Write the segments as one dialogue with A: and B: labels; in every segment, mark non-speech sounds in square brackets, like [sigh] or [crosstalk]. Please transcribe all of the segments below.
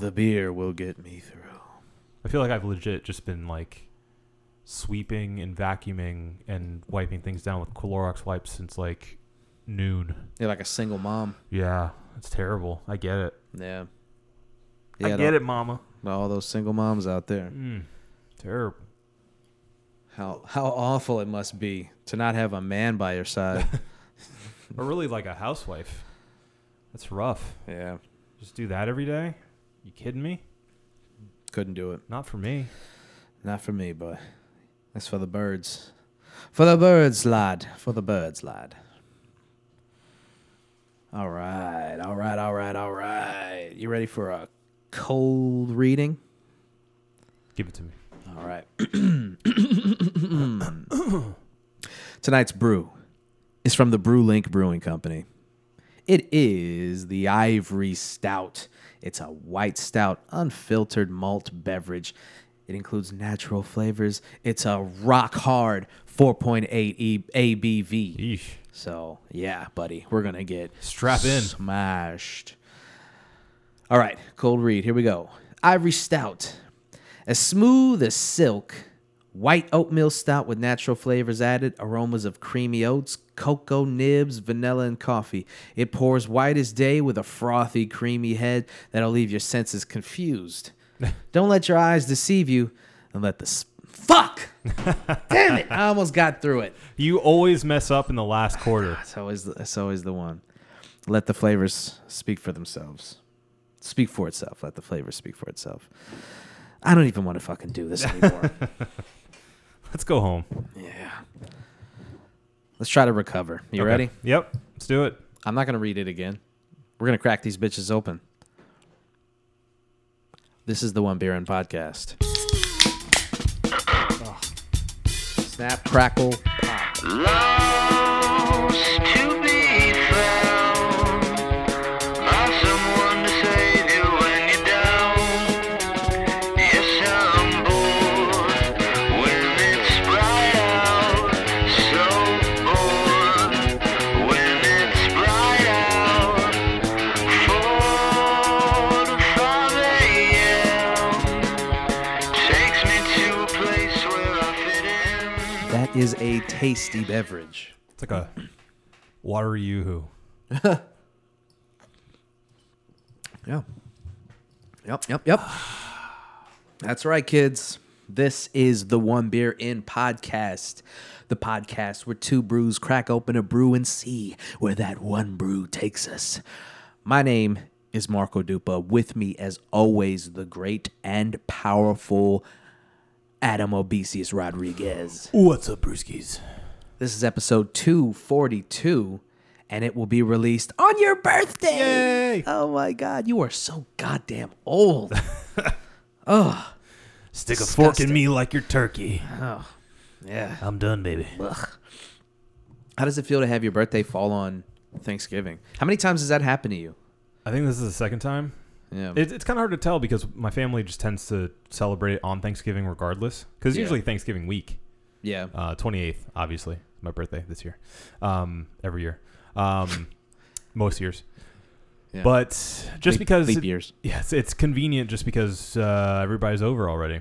A: The beer will get me through.
B: I feel like I've legit just been like sweeping and vacuuming and wiping things down with Clorox wipes since like noon.
A: You're like a single mom.
B: Yeah, it's terrible. I get it.
A: Yeah.
B: I
A: Yeah,
B: get
A: to-
B: it, Mama.
A: to all those single moms out there.
B: Mm, terrible.
A: How how awful it must be to not have a man by your
B: [laughs]
A: side.
B: Or really like a housewife. That's rough.
A: yeah.
B: Just do that every day? You kidding me?
A: Couldn't do it.
B: Not for me.
A: Not for me, but that's for the birds. For the birds, lad. For the birds, lad. All right, all right, all right, all right. You ready for a cold reading?
B: Give it to me.
A: All right. Tonight's brew is from the Brew Link Brewing Company. It is the Ivory Stout. It's a white stout, unfiltered malt beverage. It includes natural flavors. It's a rock hard 4.8 e- ABV.
B: Yeesh.
A: So, yeah, buddy, we're going to get
B: Strap in.
A: Smashed. All right, cold read. Here we go. Ivory Stout. As smooth as silk, white oatmeal stout with natural flavors added, aromas of creamy oats, cocoa nibs, vanilla, and coffee. It pours white as day with a frothy, creamy head that'll leave your senses
B: [laughs]
A: confused. Don't let your eyes deceive you and let the. Sp-
B: [laughs]
A: Fuck! Damn it! I almost got through it.
B: You always mess up in the last [laughs] quarter.
A: It's always the, it's always the one. Let the flavors speak for themselves. Speak for itself. Let the flavor speak for itself. I don't even want to fucking do this anymore.
B: Let's go home.
A: yeah. Let's try to recover. You
B: Okay.
A: ready?
B: Yep. Let's do it.
A: I'm not gonna read it again. We're gonna crack these bitches open. This is the One Beer and Podcast. Snap, crackle, pop.
C: Lost to be found by someone to save you when you're down. Yes, I'm bored when it's bright out. So bored when it's bright out. Four to five a.m. takes me to a place where I fit in.
A: That is a tasty beverage.
B: It's like a watery yoo-hoo.
A: Yeah. Yep, yep, yep. That's right, kids. This is the One Beer In podcast, the podcast where two brews crack open a brew and see where that one brew takes us. My name is Marco Dupa. With me, as always, the great and powerful Adam Obesius Rodriguez.
B: What's up, brewskis?
A: This is episode 242, and it will be released on your birthday.
B: Yay!
A: Oh my God, you are so goddamn
B: [laughs]
A: old.
B: Stick
A: a fork in
B: me like your turkey.
A: yeah.
B: I'm done, baby.
A: How does it feel to have your birthday fall on Thanksgiving? How many times has that happened to you?
B: I think this is the second time.
A: Yeah.
B: It, it's kind of hard to tell because my family just tends to celebrate it on Thanksgiving regardless. Because
A: Yeah.
B: usually Thanksgiving week,
A: yeah.
B: uh, 28th, obviously, my birthday this year, um, every year,
A: [laughs]
B: um, most years.
A: Yeah.
B: But just
A: Leap-
B: because
A: leap
B: it-
A: years.
B: yeah, it's, it's convenient just because uh, everybody's over already.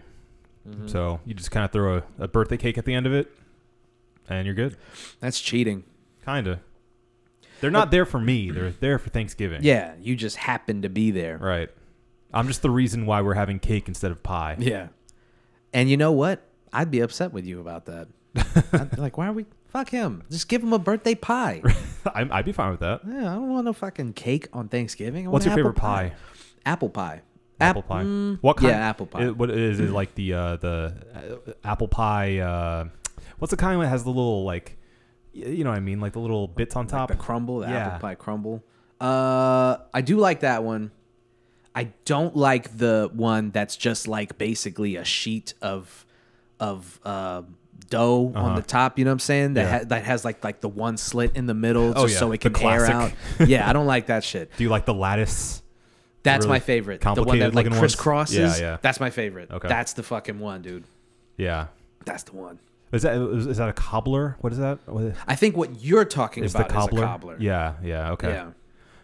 A: Mm-hmm.
B: So you just kind of throw a, a birthday cake at the end of it, and you're good.
A: That's cheating.
B: Kinda. They're not there for me. They're there for Thanksgiving.
A: Yeah, you just happen to be there.
B: Right. I'm just the reason why we're having cake instead of pie.
A: Yeah. And you know what? I'd be upset with you about
B: [laughs]
A: that. I'd be like, why are we? Fuck him. Just give him a birthday pie.
B: [laughs] I'm, I'd be fine with that.
A: Yeah, I don't want no fucking cake on Thanksgiving. I
B: What's your
A: want Eh, apple
B: favorite pie?
A: Apple pie.
B: Apple
A: Ap-
B: pie.
A: mm,
B: what kind?
A: Yeah, apple pie.
B: i- what is it like the uh, the uh, apple pie? Uh, what's the kind that has the little like, y- you know what I mean, like the little bits on top?
A: the crumble, the
B: Yeah.
A: apple pie crumble. Uh, I do like that one. I don't like the one that's just like basically a sheet of of uh, dough on the top. You know what I'm saying? That
B: Uh-huh. Yeah.
A: ha- that has like like the one slit in the middle, just
B: Oh, yeah,
A: so it
B: the
A: can air out.
B: classic. [laughs]
A: yeah, I don't like that shit.
B: Do you like the lattice?
A: That's
B: Really
A: my favorite. The one that
B: complicated
A: like
B: looking ones?
A: crisscrosses.
B: Yeah, yeah.
A: That's my favorite.
B: Okay.
A: That's the fucking one, dude.
B: Yeah.
A: That's the one.
B: Is that is, is that a cobbler? What is that? What is,
A: I think what you're talking
B: is the
A: about
B: cobbler?
A: is a cobbler.
B: Yeah. Yeah. Okay.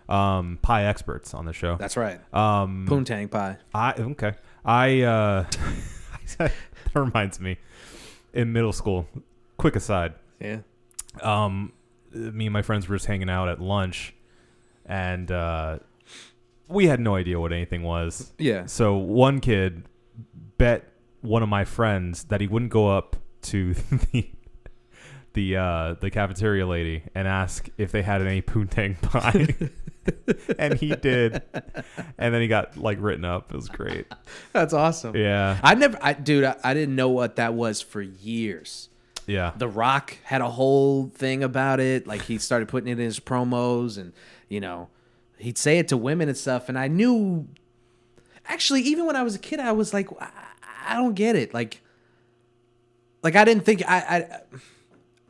A: Yeah.
B: um, pie experts on the show.
A: That's right.
B: Um,
A: Poontang pie.
B: I okay. I uh, [laughs] that reminds me, in middle school. Quick aside.
A: Yeah.
B: um, me and my friends were just hanging out at lunch, and uh, we had no idea what anything was.
A: Yeah.
B: So one kid bet one of my friends that he wouldn't go up to [laughs] the the uh, the cafeteria lady and ask if they had any poontang pie. and he did, and then he got like written up. It was great.
A: That's awesome.
B: Yeah,
A: I never, I, dude, I, I didn't know what that was for years.
B: yeah.
A: The Rock had a whole thing about it. Like he started putting it in his promos, and you know, he'd say it to women and stuff. And I knew, actually, even when I was a kid, I was like, I, I don't get it. Like, like I didn't think I, I,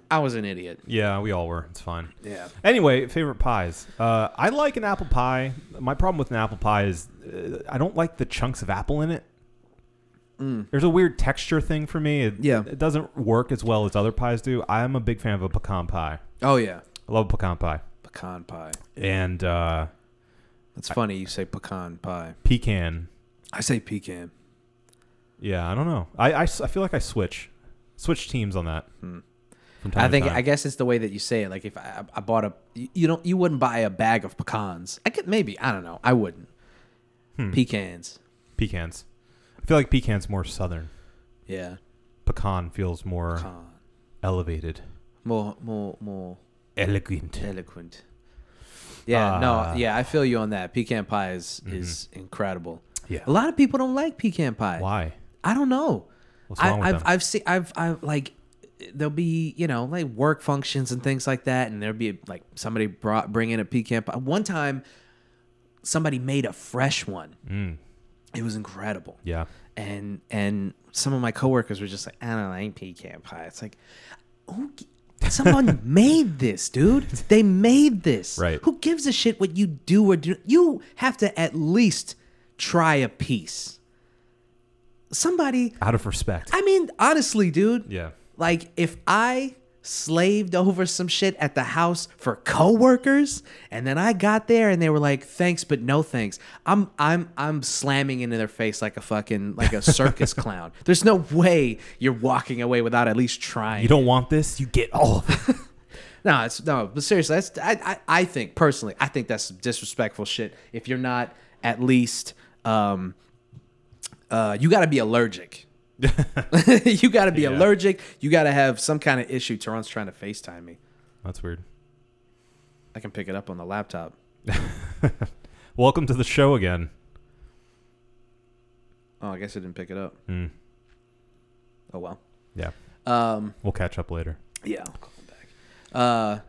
A: I was an idiot.
B: Yeah, we all were. It's fine.
A: Yeah.
B: Anyway, favorite pies. Uh, I like an apple pie. My problem with an apple pie is uh, I don't like the chunks of apple in it. There's a weird texture thing for me. It,
A: Mm. Yeah.
B: it doesn't work as well as other pies do. I am a big fan of a pecan pie.
A: Oh yeah,
B: I love pecan pie
A: pecan pie.
B: and uh,
A: That's funny you say pecan pie.
B: pecan.
A: I say pecan.
B: Yeah, I don't know. I, I s- I feel like I switch switch teams on that. From time
A: Hmm. I
B: to
A: think
B: time.
A: I guess it's the way that you say it. Like if I, I bought a, you- you don't, you wouldn't buy a bag of pecans. I could maybe I don't know. I wouldn't.
B: Hmm.
A: Pecans.
B: pecans. I feel like pecans more southern.
A: Yeah.
B: Pecan feels more
A: Pecan.
B: elevated,
A: More more more
B: elegant.
A: eloquent. Yeah.
B: Ah. Mm-hmm.
A: no. Yeah. I feel you on that. Pecan pie is is incredible.
B: Yeah.
A: A lot of people don't like pecan pie.
B: Why?
A: I don't know.
B: What's wrong
A: I,
B: with
A: I've,
B: them?
A: I've seen, I've, I've like, there'll be, you know, like work functions and things like that. And there'll be like somebody brought, bring in a pecan pie. One time, somebody made a fresh one.
B: Mm.
A: It was incredible.
B: Yeah.
A: And, and some of my coworkers were just like, I don't like pecan pie. It's like, who, g- someone made this, dude. They made this.
B: Right.
A: Who gives a shit what you do or do? You have to at least try a piece. Somebody
B: out of respect.
A: I mean, honestly, dude.
B: yeah.
A: Like, if I slaved over some shit at the house for coworkers, and then I got there and they were like, "Thanks, but no thanks," I'm, I'm, I'm slamming into their face like a fucking like a circus clown. There's no way you're walking away without at least trying.
B: You don't want this, you get all of it.
A: No, it's no, but seriously, that's I, I, I think personally, I think that's disrespectful shit. If you're not at least, um, uh, you got to be allergic. [laughs] you got to be
B: Yeah.
A: allergic. You got to have some kind of issue. Teron's trying to Facetime me.
B: [laughs] That's weird.
A: I can pick it up on the laptop.
B: Welcome to the show again.
A: Oh, I guess I didn't pick it up. Oh well.
B: Yeah.
A: Um,
B: We'll catch up later. [laughs]
A: yeah, I'll call him back. Uh,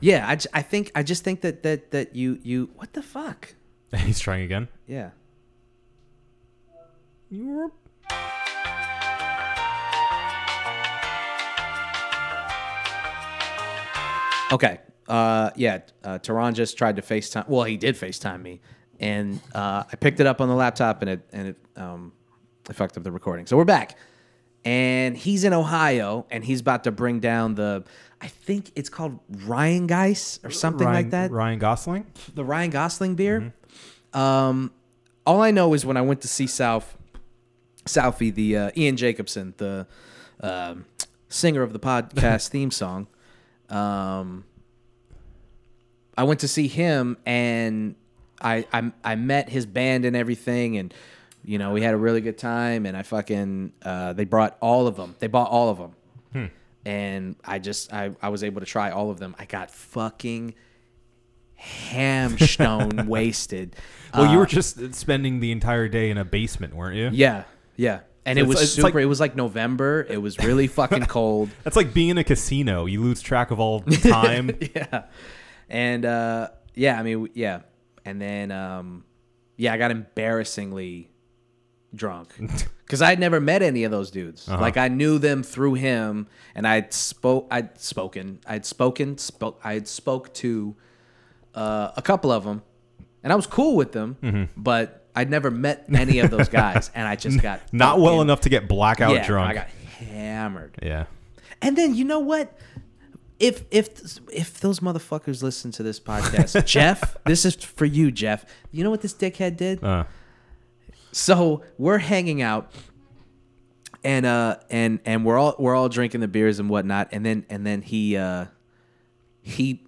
A: yeah, I, j- I think I just think that that that you you what the fuck?
B: He's trying again.
A: Yeah. Okay. Uh, yeah. Uh, Tehran just tried to FaceTime. Well, he did FaceTime me, and uh, I picked it up on the laptop, and it and it um, I fucked up the recording. So we're back, and he's in Ohio, and he's about to bring down the. I think it's called Ryan Geis or something
B: Ryan,
A: like that.
B: Ryan Gosling?
A: The Ryan Gosling beer. Um, all I know is when I went to see South, Southie, the uh, Ian Jacobson, the um, singer of the podcast theme song. Um, I went to see him and I, I I met his band and everything and you know we had a really good time and I fucking uh, they brought all of them they bought all of them and I just I, I was able to try all of them I got fucking hamstone wasted
B: Well, you
A: Uh,
B: were just spending the entire day in a basement, weren't you?
A: yeah yeah and it
B: It's-
A: was
B: it's
A: super
B: like-
A: it was like November it was really
B: [laughs]
A: fucking cold
B: That's like being in a casino. You lose track of [laughs] all time.
A: yeah. And uh, yeah, I mean, w- yeah. And then, um, yeah, I got embarrassingly
B: [laughs]
A: drunk because I had never met any of those dudes.
B: Uh-huh.
A: Like I knew them through him, and I'd spoke, I'd spoken, I'd spoken, spoke, I'd spoke to uh, a couple of them, and I was cool with them,
B: Mm-hmm.
A: but I'd never met any of those guys, and I
B: [laughs]
A: just got
B: Not well
A: fucking-
B: enough to get blackout
A: yeah,
B: drunk.
A: I got hammered.
B: yeah.
A: And then you know what? if if if those motherfuckers listen to this podcast, Jeff, this is for you, Jeff. You know what this dickhead did?
B: Uh,
A: So we're hanging out, and uh, and and we're all we're all drinking the beers and whatnot, and then and then he uh, he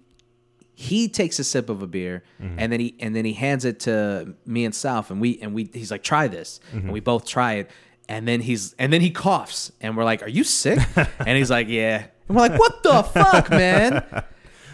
A: he takes a sip of a beer, and then he and then he hands it to me and South, and we and we he's like, try this, and we both try it, and then he's and then he coughs, and we're like, are you sick? and he's like, yeah, and we're like, what the fuck, man?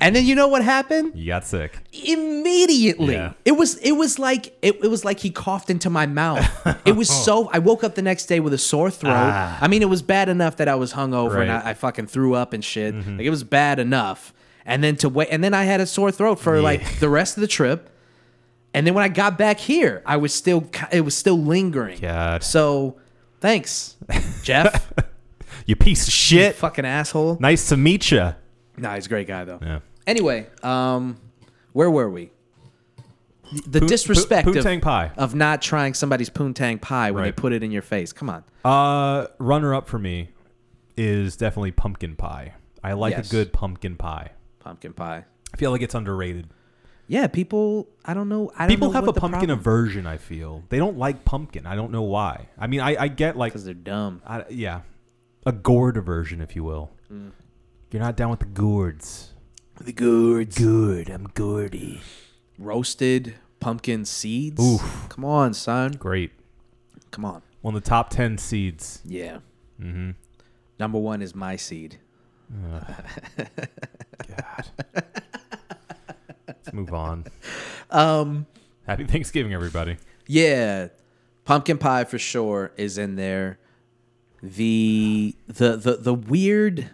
A: And then you know what happened?
B: you got sick.
A: immediately
B: Yeah.
A: it was it was like it, it was like he coughed into my mouth it was so
B: [laughs]
A: i woke up the next day with a sore throat
B: Ah.
A: i mean it was bad enough that i was hungover and
B: Right. Mm-hmm.
A: I, I fucking threw up and shit like it was bad enough and then to wait and then i had a sore throat for like the rest of the trip and then when i got back here i was still ki- it was still lingering
B: God.
A: so thanks
B: [laughs]
A: jeff
B: You piece
A: you
B: of shit.
A: fucking asshole
B: Nice to meet you.
A: nah he's a great guy though
B: Yeah.
A: Anyway, um, where were we? The
B: Poo-
A: disrespect
B: poo-
A: of,
B: poontang pie.
A: of not trying somebody's poontang pie when
B: Right.
A: they put it in your face. Come on.
B: Uh, runner up for me is definitely pumpkin pie. I like
A: Yes.
B: a good pumpkin pie.
A: Pumpkin pie.
B: I feel like it's underrated.
A: Yeah, people. I don't know. I don't
B: People
A: know
B: have
A: what
B: a
A: the
B: pumpkin
A: problem-
B: aversion. I feel they don't like pumpkin. I don't know why. I mean, I, I get like,
A: 'Cause they're dumb.
B: I, yeah, a gourd aversion, if you will.
A: Mm.
B: You're not down with the gourds.
A: The gourds.
B: Good, I'm gourdy.
A: Roasted pumpkin seeds.
B: Oof.
A: Come on, son.
B: Great.
A: Come on.
B: One of the top ten seeds.
A: Yeah.
B: Mm-hmm.
A: Number one is my seed.
B: God. Let's move on.
A: [laughs] Um.
B: Happy Thanksgiving, everybody.
A: Yeah, pumpkin pie for sure is in there. The the the the weird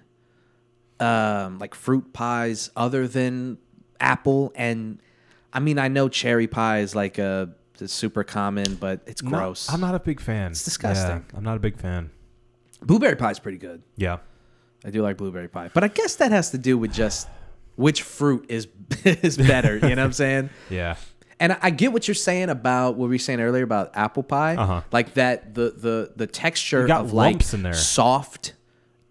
A: um like fruit pies other than apple and I mean I know cherry pie is like a it's super common but it's
B: Not-
A: gross.
B: I'm not a big fan. It's
A: disgusting.
B: I'm not a big fan.
A: blueberry pie is pretty good.
B: Yeah.
A: I do like blueberry pie. But I guess that has to do with just which fruit is [laughs] is better, you know what I'm saying?
B: Yeah.
A: And I- I get what you're saying about what we were saying earlier about apple pie,
B: Uh-huh.
A: like that the the the texture
B: You got
A: of
B: lumps
A: like
B: in there.
A: soft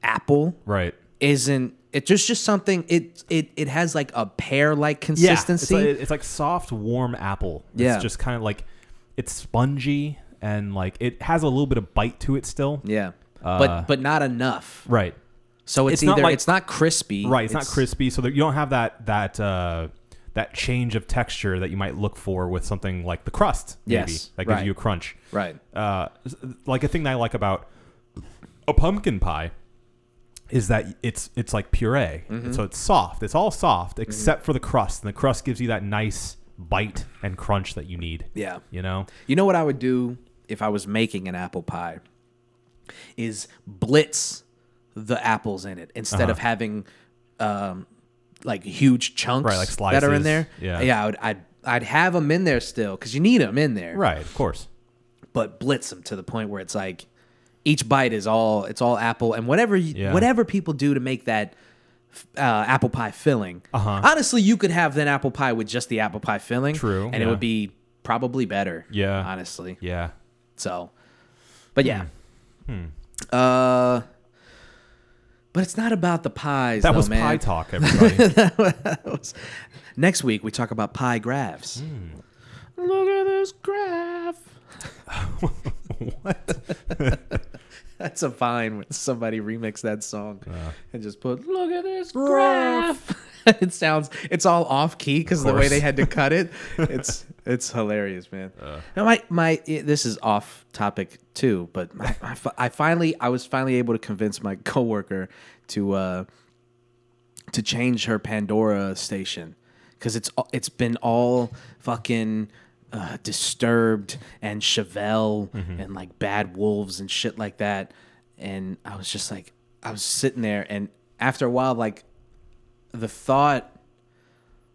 A: apple
B: Right.
A: isn't it just just something it it it has like a pear like consistency.
B: Yeah, it's like, it's like soft, warm apple. It's
A: Yeah.
B: just kind of like it's spongy and like it has a little bit of bite to it still.
A: yeah,
B: Uh,
A: but but not enough.
B: Right.
A: So it's,
B: it's
A: either
B: not like-
A: it's not crispy,
B: Right. It's, not crispy, so that you don't have that that uh, that change of texture that you might look for with something like the crust. Maybe
A: Yes,
B: that gives
A: right.
B: you a crunch.
A: Right.
B: Uh, s- like a thing that I like about a pumpkin pie is that it's it's like puree,
A: Mm-hmm.
B: so it's soft. It's all soft except for the crust, and the crust gives you that nice bite and crunch that you need.
A: Yeah.
B: You know.
A: You know what I would do if I was making an apple pie is blitz the apples in it instead of
B: Uh-huh.
A: having um, like huge chunks
B: Right, like
A: that are in
B: slices.
A: there.
B: Yeah.
A: yeah, I would, I'd I'd have them in there still because you need them in there.
B: Right, of course.
A: But blitz them to the point where it's like each bite is all it's all apple and whatever you,
B: Yeah.
A: whatever people do to make that. f- Uh, apple pie filling.
B: Uh-huh.
A: Honestly, you could have then apple pie with just the apple pie filling.
B: True,
A: and it
B: yeah.
A: would be probably better.
B: Yeah.
A: honestly.
B: Yeah.
A: So, but yeah.
B: Hmm.
A: Uh, but it's not about the pies.
B: That
A: though,
B: was
A: man.
B: pie talk, [laughs] everybody.
A: [laughs] That was- Next week we talk about pie graphs.
B: Hmm.
A: Look at this graph.
B: [laughs] what?
A: [laughs] That's a fine when somebody remixed that song
B: Uh.
A: and just put "Look at this graph." [laughs] it sounds it's all off key because the way
B: course.
A: they had to cut it. It's it's hilarious, man. Now my my i- this is off topic too, but my, my, fi- I finally I was finally able to convince my [laughs] coworker to uh to change her Pandora station because it's a- it's been all fucking uh, disturbed and Chevelle and like Bad Wolves and shit like that. And I was just like, I was sitting there, and after a while, like the thought.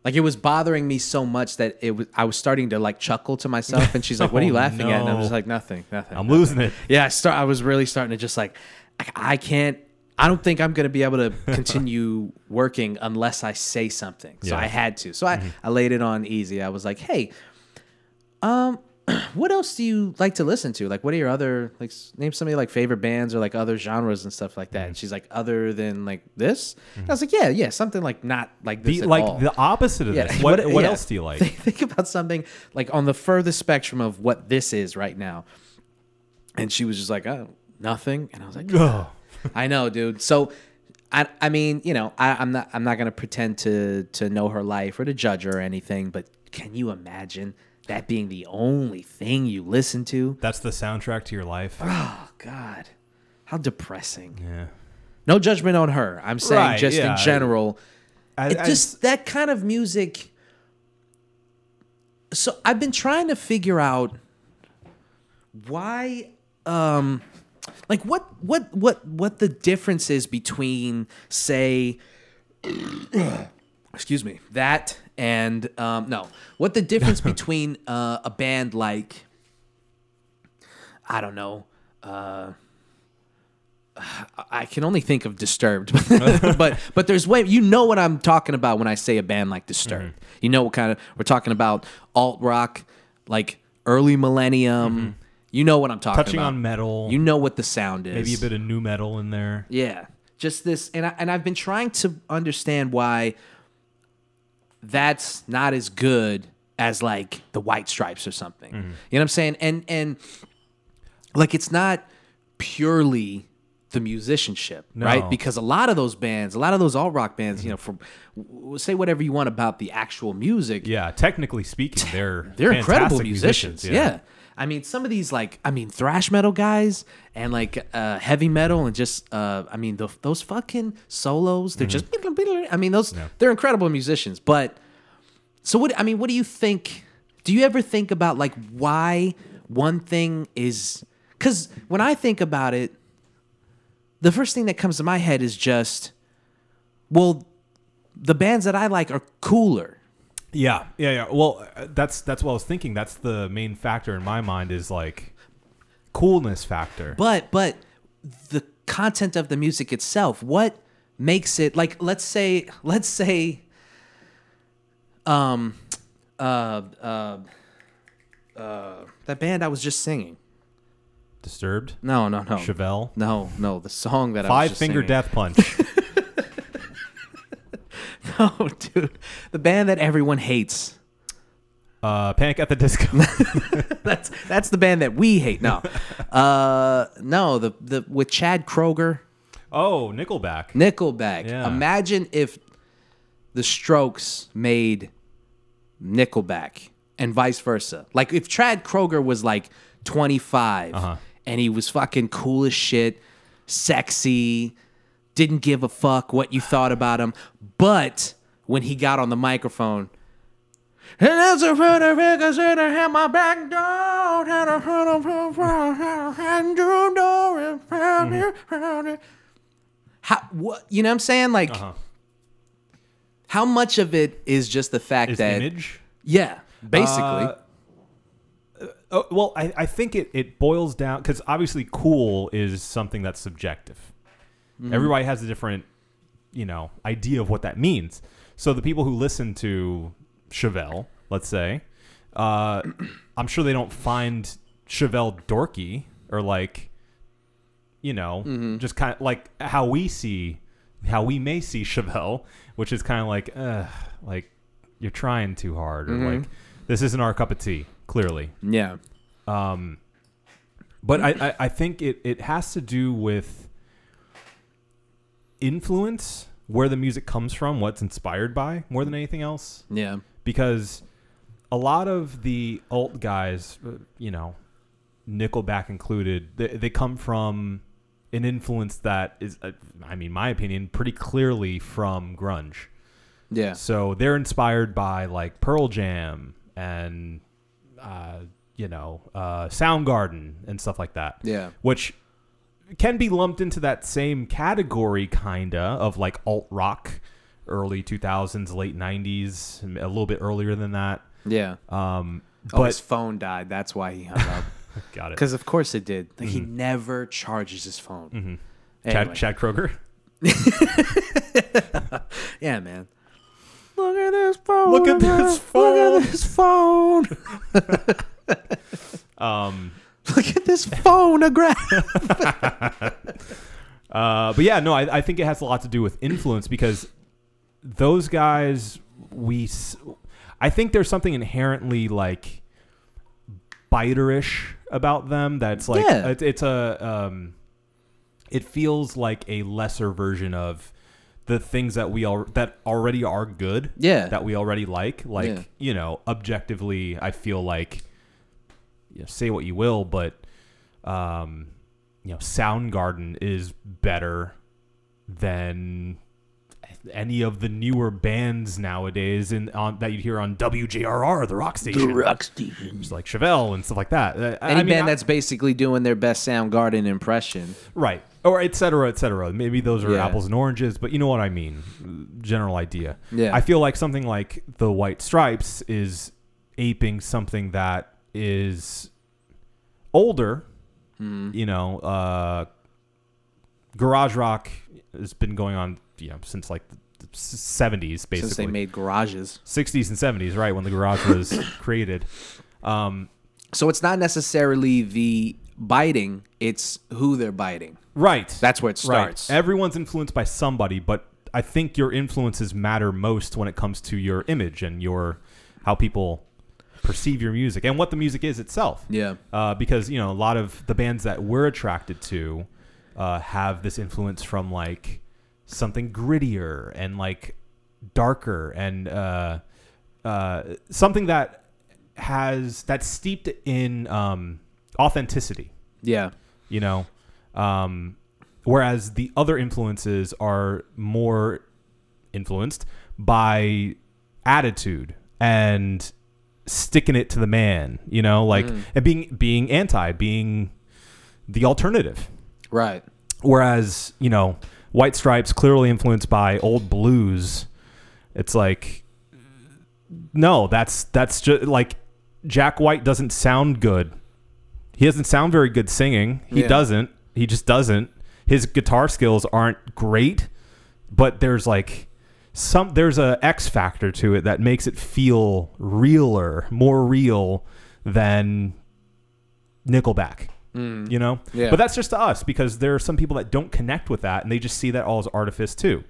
A: Like it was bothering me so much that it was I was starting to like chuckle to myself, and she's like, "What are you
B: [laughs] Oh,
A: laughing at?" And I was
B: no.
A: just like, "Nothing, nothing."
B: I'm losing it.
A: yeah, I start. I was really starting to just like, I- I can't. I don't think I'm gonna be able
B: [laughs]
A: to continue working unless I say something. So
B: Yeah. Mm-hmm.
A: I had to. So I, I laid it on easy. I was like, hey, um, [clears throat] what else do you like to listen to? Like, what are your other like? s- Name some of your like favorite bands or like other genres and stuff
B: Mm-hmm.
A: like that. And she's like, other than like this. And I was like, yeah, yeah, something like not like this
B: The,
A: at
B: Mm-hmm. like
A: all.
B: the opposite of [laughs] this. What, what
A: yeah.
B: else do you
A: [laughs]
B: like?
A: Think about something like on the furthest spectrum of what this is right now. And she was just like, oh, nothing. And I was like,
B: Ugh.
A: I know, dude. So, I, I mean, you know, I, I'm not I'm not gonna pretend to to know her life or to judge her or anything, but can you imagine that being the only thing you listen to?
B: That's the soundtrack to your life.
A: Oh God, how depressing.
B: Yeah.
A: No judgment on her. I'm saying
B: Right,
A: just
B: yeah.
A: in general,
B: I,
A: it
B: I-
A: just that kind of music. So I've been trying to figure out why um like what what what what the difference is between say excuse me that and um no what the
B: [laughs]
A: difference between uh, a band like i don't know uh [sighs] I can only think of Disturbed, [laughs] but but there's way you know what I'm talking about when I say a band like Disturbed.
B: Mm-hmm.
A: You know what kind of we're talking about alt rock, like early millennium. You know what I'm talking
B: Mm-hmm. touching
A: about.
B: on metal.
A: You know what the sound is.
B: maybe a bit of new metal in there.
A: Yeah. Just this and I, and I've been trying to understand why that's not as good as like the white stripes or something. You know what I'm saying? And and like it's not purely the musicianship,
B: No.
A: right? Because a lot of those bands, a lot of those alt rock bands, you know, from w- say whatever you want about the actual music,
B: Yeah,
A: [laughs]
B: technically speaking, they're
A: they're incredible
B: fantastic
A: musicians. yeah. I mean, some of these like I mean thrash metal guys and like uh, heavy metal and just uh, I mean the, those fucking solos. They're just I mean those they're incredible musicians. But so what I mean, what do you think? Do you ever think about like why one thing is? Because when I think about it, the first thing that comes to my head is just, well, the bands that I like are cooler.
B: Yeah, yeah, yeah. Well, uh, that's that's what I was thinking. That's the main factor in my mind is like coolness factor.
A: But but the content of the music itself, what makes it like let's say let's say um uh uh uh that band I was just singing.
B: Disturbed,
A: No, no, no.
B: Chevelle,
A: No, no, the song that I was
B: Five
A: just
B: Finger
A: singing.
B: Death Punch.
A: [laughs] No, dude. The band that everyone hates.
B: uh, Panic at
A: [laughs]
B: the Disco.
A: That's that's the band that we hate.
B: [laughs]
A: No. Uh no, the the with Chad Kroger.
B: oh, Nickelback.
A: Nickelback.
B: Yeah.
A: Imagine if the Strokes made Nickelback and vice versa. Like if Chad Kroger was like 25 and he was fucking cool as shit, sexy, didn't give a fuck what you thought about him, but when he got on the microphone, and there's a pretty because it had my back door, had a front of and your door and found it, found it. How, what, you know what I'm saying? Like, how much of it is just the fact
B: His
A: that
B: image.
A: yeah, basically.
B: Uh, Oh, well, I, I think it, it boils down because obviously cool is something that's subjective. Everybody has a different, you know, idea of what that means. So the people who listen to Chevelle, let's say, uh, I'm sure they don't find Chevelle dorky or like, you know, just kind of like how we see, how we may see Chevelle, which is kind of like, uh, like you're trying too hard or like this isn't our cup of tea, clearly.
A: yeah.
B: But I, I, I think it, it has to do with influence, where the music comes from, what's inspired by, more than anything else.
A: Yeah.
B: Because a lot of the alt guys, uh, you know, Nickelback included, they, they come from an influence that is, uh, I mean, my opinion, pretty clearly from grunge.
A: Yeah.
B: So they're inspired by like Pearl Jam and uh, you know uh, Soundgarden and stuff like that.
A: Yeah.
B: which can be lumped into that same category kinda of like alt rock, early two thousands, late nineties, a little bit earlier than that.
A: Yeah.
B: Um,
A: oh, his
B: but
A: phone died. That's why he hung [laughs] up.
B: got it.
A: Because of course it did. Like he never charges his phone. Anyway.
B: Chad, Chad [laughs] Kroger.
A: Yeah, man. Look at this phone.
B: Look at this
A: Look at this phone.
B: um,
A: Look at this phonograph.
B: Uh, but yeah, no, I, I think it has a lot to do with influence because those guys, we, s- I think there's something inherently like biterish about them that's like
A: Yeah.
B: it, it's a um, it feels like a lesser version of the things that we all that already are good,
A: Yeah.
B: that we already like. Like
A: Yeah.
B: you know, objectively, I feel like you know, say what you will, but um, you know, Soundgarden is better than any of the newer bands nowadays in on that you hear on WJRR, the rock station,
A: Stevens.
B: It's like Chevelle and stuff like that. Uh, I-
A: [laughs]
B: I
A: Any
B: mean,
A: band
B: I-
A: that's basically doing their best Soundgarden impression.
B: right or et cetera, et cetera. Maybe those are
A: Yeah.
B: apples and oranges, but you know what I mean. General idea.
A: Yeah.
B: I feel like something like the White Stripes is aping something that is older.
A: Mm-hmm.
B: You know, uh, garage rock has been going on, you know, since like the seventies, basically.
A: Since they made garages.
B: 60s and 70s, right, when the garage was
A: [coughs]
B: created. Um,
A: So it's not necessarily the biting, it's who they're biting.
B: right.
A: That's where it starts.
B: Right. Everyone's influenced by somebody, but I think your influences matter most when it comes to your image and your how people perceive your music and what the music is itself.
A: Yeah.
B: Uh, because you know a lot of the bands that we're attracted to uh, have this influence from like something grittier and like darker and uh, uh, something that has that's steeped in um, authenticity
A: Yeah.
B: you know um, whereas the other influences are more influenced by attitude and sticking it to the man you know like and being being anti being the alternative
A: Right.
B: whereas you know white stripes clearly influenced by old blues it's like no that's that's just like jack white doesn't sound good he doesn't sound very good singing he
A: Yeah.
B: doesn't he just doesn't his guitar skills aren't great but there's like some there's a x factor to it that makes it feel realer more real than nickelback you know
A: Mm. Yeah.
B: but that's just to us because there are some people that don't connect with that and they just see that all as artifice too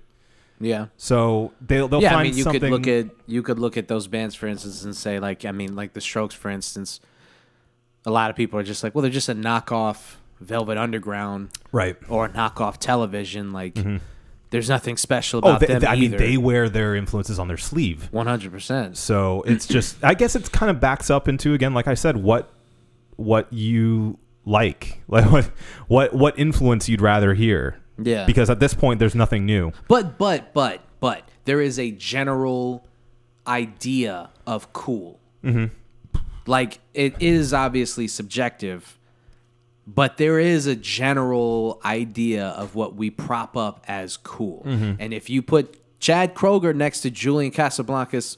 A: Yeah.
B: so they'll, they'll
A: yeah,
B: find
A: I mean, you
B: something
A: could look at you could look at those bands, for instance, and say like, I mean, like the Strokes, for instance. A lot of people are just like, well, they're just a knockoff Velvet Underground
B: right
A: or a knockoff Television. Like, there's nothing special
B: Mm-hmm. oh
A: about
B: they,
A: them
B: they- i mean
A: either.
B: they wear their influences on their sleeve
A: one hundred percent.
B: So
A: [clears throat]
B: it's just I guess it's kind of backs up into again, like I said, what what you like. [laughs] Like what what what influence you'd rather hear.
A: Yeah.
B: Because at this point there's nothing new.
A: But but but but there is a general idea of cool. Mm-hmm. Like it is obviously subjective, but there is a general idea of what we prop up as cool. And if you put Chad Kroger next to Julian Casablancas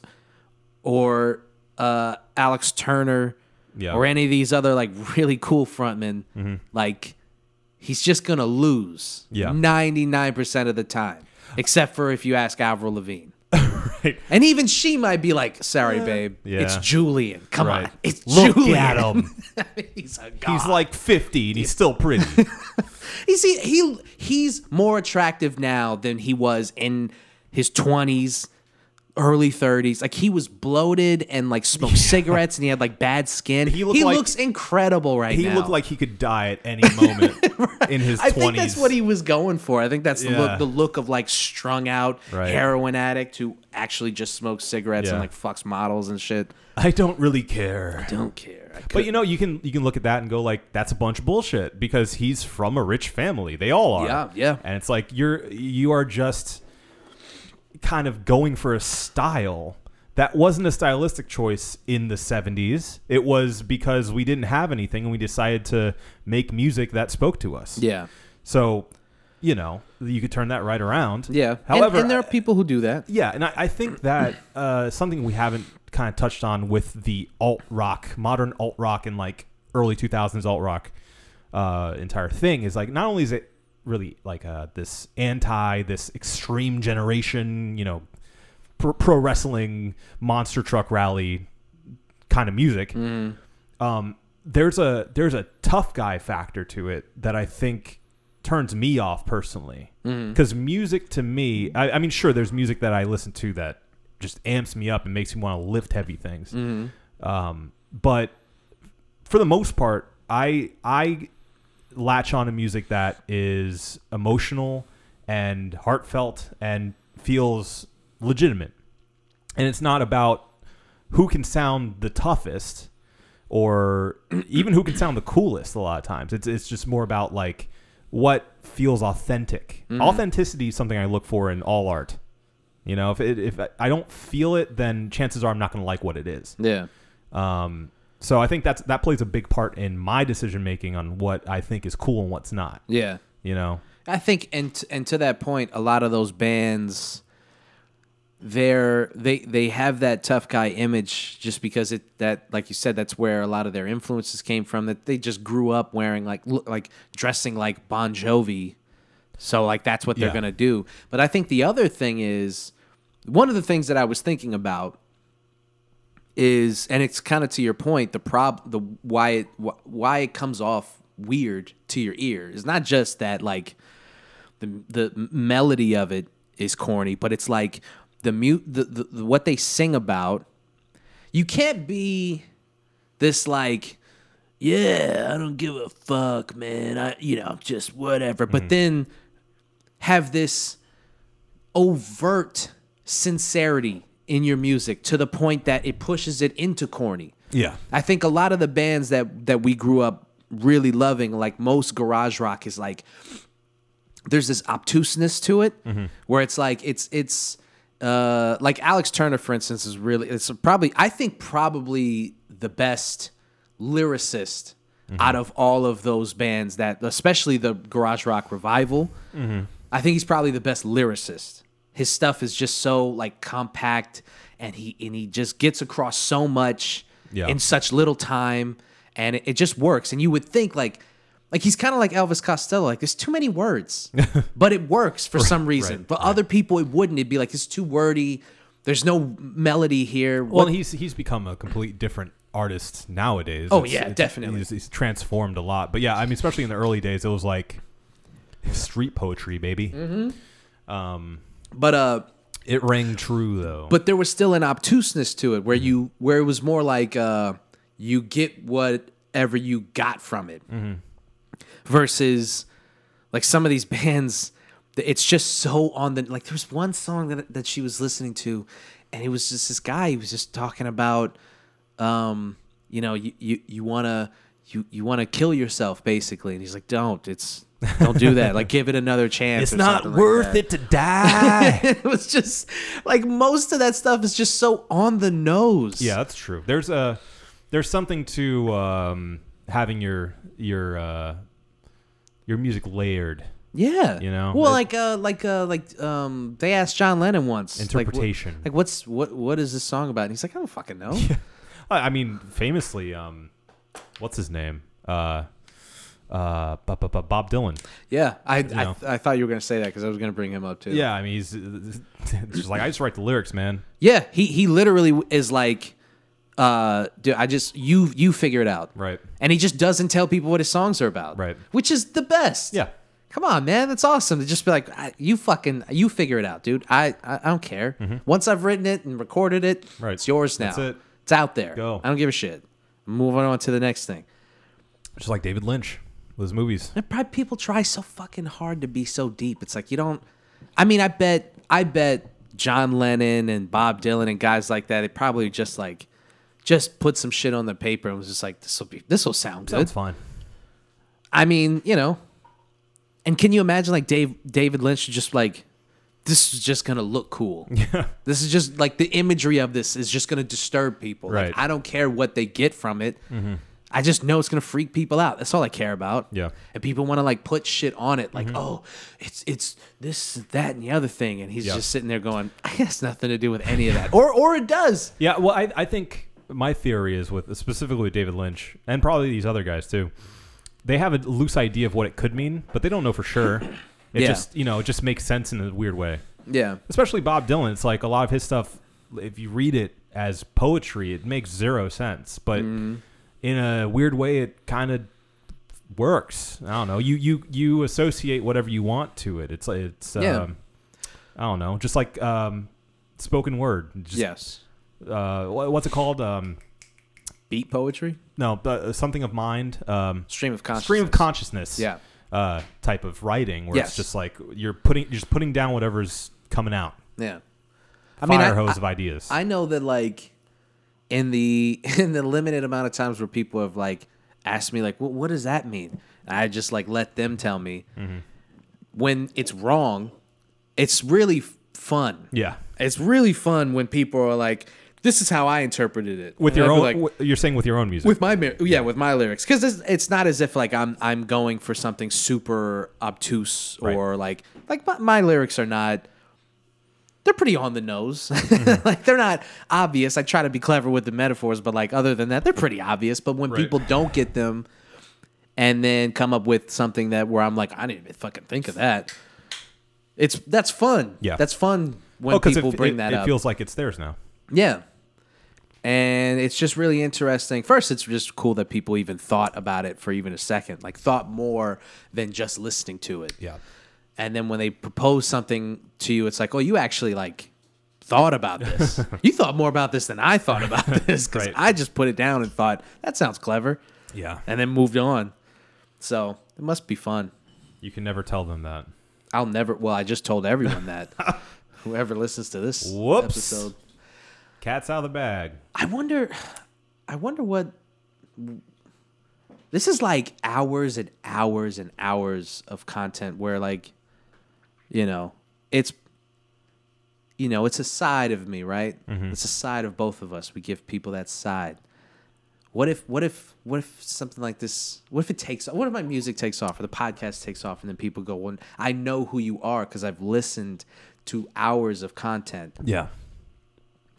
A: or uh, Alex Turner
B: Yeah.
A: or any of these other like really cool frontmen, like he's just gonna lose
B: Yeah.
A: 99% of the time except for if you ask avril lavigne
B: [laughs] Right.
A: and even she might be like sorry babe
B: Yeah.
A: it's julian come
B: Right.
A: on it's
B: Look
A: julian [laughs]
B: at him.
A: he's a god
B: He's like fifty and he's
A: [laughs]
B: still pretty.
A: you see he he's more attractive now than he was in his 20s early 30s like he was bloated and like
B: [laughs]
A: smoked cigarettes and he had like bad skin
B: He
A: he,
B: looked like-
A: looks incredible right
B: He
A: now
B: looked like he could die at any
A: [laughs]
B: moment in his
A: I
B: twenties.
A: think that's what he was going for. I think that's the
B: Yeah.
A: look the look of like strung out
B: Right.
A: heroin addict who actually just smokes cigarettes
B: Yeah.
A: and like fucks models and shit.
B: I don't really care.
A: Don't care. I
B: But
A: could-
B: you know, you can you can look at that and go like, that's a bunch of bullshit because he's from a rich family. They all are.
A: Yeah, yeah.
B: And it's like you're you are just kind of going for a style that wasn't a stylistic choice in the 70s. It was because we didn't have anything and we decided to make music that spoke to us.
A: yeah.
B: So, you know, you could turn that right around.
A: Yeah. And-
B: However,
A: and, there are people who do that.
B: yeah, and I, I think that uh, something we haven't kind of touched on with the alt rock, modern alt rock, and like early two thousands alt rock uh, entire thing is like not only is it really like uh, this anti, this extreme generation, you know, pro, pro wrestling monster truck rally kind of music, um, there's a there's a tough guy factor to it that I think turns me off personally because music to me I, I mean sure there's music that I listen to that just amps me up and makes me want to lift heavy things um, but for the most part I I latch on to music that is emotional and heartfelt and feels legitimate and it's not about who can sound the toughest or even who can sound the coolest a lot of times it's it's just more about like what feels authentic
A: Mm-hmm.
B: authenticity is something i look for in all art you know if it, if I- i don't feel it then chances are i'm not going to like what it is
A: Yeah.
B: um so i think that's that plays a big part in my decision making on what i think is cool and what's not
A: Yeah.
B: you know
A: I think, and t- and to that point, a lot of those bands, they're they they have that tough guy image just because it that like you said that's where a lot of their influences came from. That they just grew up wearing like look, like dressing like Bon Jovi, so like that's what they're
B: Yeah.
A: gonna do. But I think the other thing is one of the things that I was thinking about is and it's kind of to your point the prob the why it wh- why it comes off weird to your ear is not just that like the the melody of it is corny but it's like the mute the, the, the what they sing about you can't be this like yeah i don't give a fuck man i you know just whatever but then have this overt sincerity in your music to the point that it pushes it into corny.
B: yeah
A: I think a lot of the bands that that we grew up really loving, like most garage rock, is like there's this obtuseness to it, where it's like it's it's uh, like Alex Turner, for instance, is really it's probably I think probably the best lyricist out of all of those bands that, especially the garage rock revival. I think he's probably the best lyricist. His stuff is just so like compact, and he and he just gets across so much
B: Yeah.
A: in such little time, and it, it just works. And you would think like, like he's kind of like Elvis Costello. Like there's too many
B: [laughs]
A: words, but it works for some reason.
B: right,
A: but other people, it wouldn't. It'd be like it's too wordy. There's no melody here.
B: Well,
A: What-
B: he's he's become a complete different artist nowadays.
A: Oh, yeah, definitely.
B: He's, he's transformed a lot. But yeah, I mean, especially in the early days, it was like street poetry, baby.
A: Mm-hmm. but uh,
B: It rang true though.
A: but there was still an obtuseness to it where you where it was more like uh you get whatever you got from it versus like some of these [laughs] bands th- it's just so on the like there was one song that, that she was listening to and it was just this guy he was just talking about um you know you you, you want to you, you want to kill yourself basically and he's like don't it's don't do that like give it another chance or something like that
B: it to die.
A: [laughs] it was just like most of that stuff is just so on the nose.
B: [laughs] yeah, that's true. There's a there's something to um, having your your uh, your music layered
A: Yeah.
B: You know,
A: Well,
B: it-
A: like uh like uh like um they asked John Lennon once like, what-
B: interpretation.
A: Like, what's what what is this song about? And he's like, I don't fucking
B: [laughs]
A: know.
B: I I mean, famously, um, what's his name? Uh, uh, bu- bu- bu- Bob Dylan.
A: Yeah. I I,
B: know.
A: I thought you were gonna say that because I was gonna bring him up too.
B: Yeah, I mean, he's [laughs] it's just like I just write the lyrics, man.
A: Yeah. He he literally is like, uh, dude, I just you you figure it out.
B: Right.
A: And he just doesn't tell people what his songs are about.
B: Right.
A: Which is the best.
B: Yeah.
A: Come on, man. That's awesome. To just be like, I, you fucking, you figure it out, dude. I, I, I don't care. Once I've written it and recorded it,
B: Right.
A: it's yours now.
B: That's it.
A: It's out there.
B: Go.
A: I don't give a shit. Moving on to the next thing.
B: Just like David Lynch with his movies.
A: And probably people try so fucking hard to be so deep. It's like you don't. I mean, I bet, I bet John Lennon and Bob Dylan and guys like that. They probably just like, just put some shit on the paper and was just like, this will be, this will sound good.
B: That's fine.
A: I mean, you know, and can you imagine like Dave David Lynch just like this is just gonna look
B: [laughs]
A: cool. Yeah. This is just like the imagery of this is just gonna disturb people.
B: Right. Mm-hmm.
A: Like I don't care what they get from it. I just know it's gonna freak people out. That's all I care about.
B: Yeah. Mm-hmm.
A: And people wanna like put shit on it, like, oh, it's it's this, that, and the other thing. And he's
B: Yeah.
A: just sitting there going, I has nothing to do with any of
B: [laughs]
A: that. or or it does.
B: Yeah, well, I, I think my theory is with specifically with David Lynch and probably these other guys too. They have a loose idea of what it could mean, but they don't know
A: [clears throat]
B: for sure. It
A: Yeah.
B: just you know it just makes sense in a weird way.
A: Yeah.
B: Especially Bob Dylan. It's like a
A: Mm-hmm.
B: lot of his stuff. If you read it as poetry, it makes zero sense, but in a weird way, it kind of works. I don't know. You you you associate whatever you want to it. It's like it's
A: Yeah.
B: um, I don't know, just like um, spoken word. Just,
A: yes.
B: Uh, wha- what's it called? Um,
A: Beat poetry,
B: no, but something of mind. Um,
A: stream of consciousness.
B: stream of consciousness.
A: Yeah.
B: Uh, type of writing where
A: Yes.
B: it's just like you're putting you're just putting down whatever's coming out.
A: Yeah. I
B: Fire
A: mean, I-
B: hose
A: I-
B: of ideas.
A: I know that like in the [laughs] in the limited amount of times where people have like asked me like what what does that mean? I just like let them tell me.
B: Mm-hmm.
A: When it's wrong, it's really f- fun.
B: yeah.
A: It's really fun when people are like this is how I interpreted it.
B: With
A: And
B: your
A: I'd be
B: own,
A: like,
B: wi- you're saying with your own music.
A: with my mir- yeah with my lyrics because it's, it's not as if like I'm I'm going for something super obtuse or like like my, my lyrics are not they're pretty on the nose [laughs]
B: Mm-hmm.
A: like they're not obvious I try to be clever with the metaphors but like other than that they're pretty obvious but when people don't get them and then come up with something that where I'm like I didn't even fucking think of that it's that's fun
B: Yeah.
A: that's fun when
B: Oh, it-
A: people bring
B: it,
A: that
B: it
A: up
B: feels like it's theirs now.
A: yeah. And it's just really interesting. First, it's just cool that people even thought about it for even a second, like thought more than just listening to it.
B: Yeah.
A: And then when they propose something to you, it's like, oh, you actually like thought about
B: [laughs]
A: this. you thought more about this than I thought about this because
B: Right.
A: I just put it down and thought that sounds clever,
B: Yeah.
A: and then moved on. So it must be fun.
B: You can never tell them that.
A: I'll never. Well, I just told everyone
B: [laughs]
A: that. Whoever listens to this
B: Whoops.
A: episode,
B: Cat's out of the bag.
A: I wonder I wonder what this is like hours and hours and hours of content where like you know it's you know it's a side of me right it's a side of both of us we give people that side what if what if what if something like this what if it takes what if my music takes off or the podcast takes off and then people go well i know who you are because i've listened to hours of content
B: Yeah.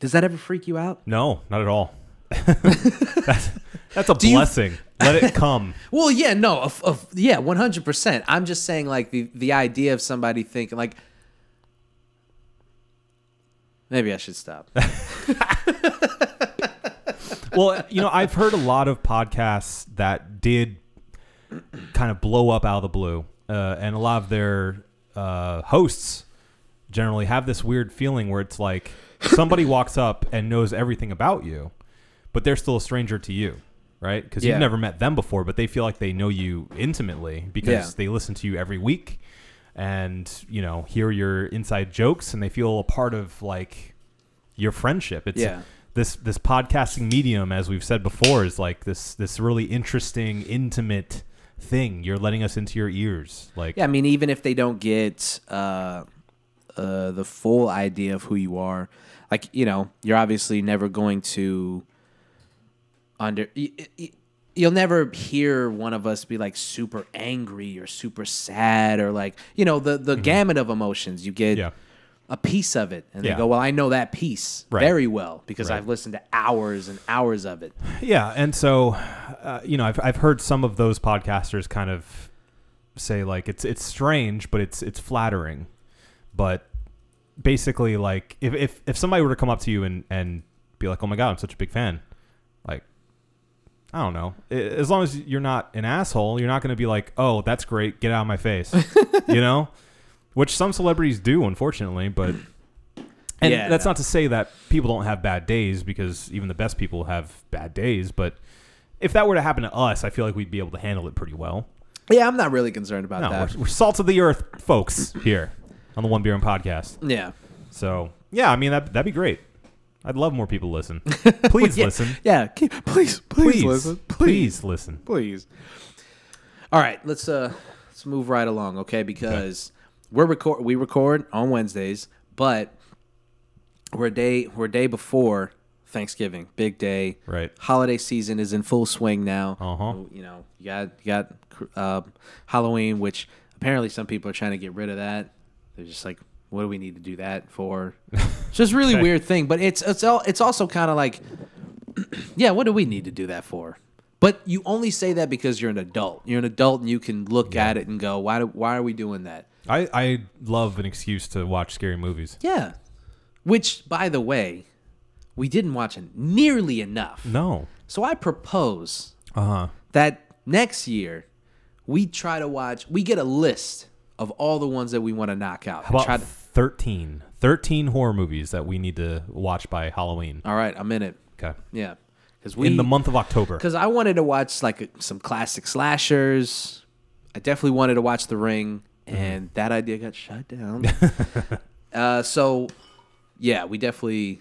A: does that ever freak you out
B: No, not
A: [laughs]
B: at all. [laughs] that's, that's a
A: you-
B: blessing. Let it come.
A: Well, yeah, no, of, of, yeah, one hundred percent. I'm just saying, like the the idea of somebody thinking, like, maybe I should stop.
B: well, you know, I've heard a lot of podcasts that did kind of blow up out of the blue, uh, and a lot of their uh, hosts generally have this weird feeling where it's like somebody walks up and knows everything about you, but they're still a stranger to you, right? Because
A: Yeah.
B: you've never met them before, but they feel like they know you intimately because
A: Yeah.
B: they listen to you every week and you know hear your inside jokes and they feel a part of like your friendship. It's
A: Yeah.
B: this this podcasting medium, as we've said before, is like this this really interesting, intimate thing. You're letting us into your ears, like
A: yeah, I mean, even if they don't get uh, uh, the full idea of who you are, like you know, you're obviously never going to under. y- y- y- You'll never hear one of us be like super angry or super sad or like you know the the gamut of emotions. You get
B: Yeah.
A: a piece of it, and
B: Yeah.
A: they go, "Well, I know that piece
B: Right.
A: very well because
B: Right.
A: I've listened to hours and hours of it."
B: yeah. And so, uh, you know, I've I've heard some of those podcasters kind of say like it's it's strange, but it's it's flattering. But basically, like if if if somebody were to come up to you and and be like, oh my god, I'm such a big fan, like. I don't know. I- As long as you're not an asshole, you're not going to be like, "Oh, that's great. Get out of my face." you know? Which some celebrities do, unfortunately, but and
A: Yeah,
B: that's
A: no.
B: not to say that people don't have bad days because even the best people have bad days, but if that were to happen to us, I feel like we'd be able to handle it pretty well.
A: Yeah, I'm not really concerned about
B: No,
A: that.
B: we're, we're salt of the earth folks here on the One Beer and Podcast.
A: Yeah.
B: So, yeah, I mean, that, that'd be great. I'd love more people to
A: [laughs]
B: listen. Please
A: Yeah.
B: listen.
A: Yeah, keep- please, please,
B: Please,
A: listen.
B: [laughs] please listen.
A: please. All right, let's uh let's move right along, okay? Because we're record we record on Wednesdays, but we're a day we're a day before Thanksgiving, big day.
B: Right.
A: Holiday season is in full swing now.
B: Uh-huh.
A: You know, you got you got uh, Halloween, which apparently some people are trying to get rid of that. They're just like, what do we need to do that for? it's just a really weird thing, but it's it's all it's also kind of like yeah, what do we need to do that for? But you only say that because you're an adult. You're an adult and you can look at it and go, why do, why are we doing that?
B: I, I love an excuse to watch scary movies.
A: Yeah. Which by the way, we didn't watch en- nearly enough.
B: No.
A: So I propose
B: Uh huh.
A: that next year we try to watch we get a list of all the ones that we want to knock out
B: How about
A: Try to-
B: 13? 13 horror movies that we need to watch by Halloween.
A: all right i'm in it
B: Okay.
A: yeah because we
B: In the month of October.
A: because i wanted to watch like some classic slashers i definitely wanted to watch the ring
B: Mm-hmm.
A: and that idea got shut
B: [laughs]
A: down uh, so yeah we definitely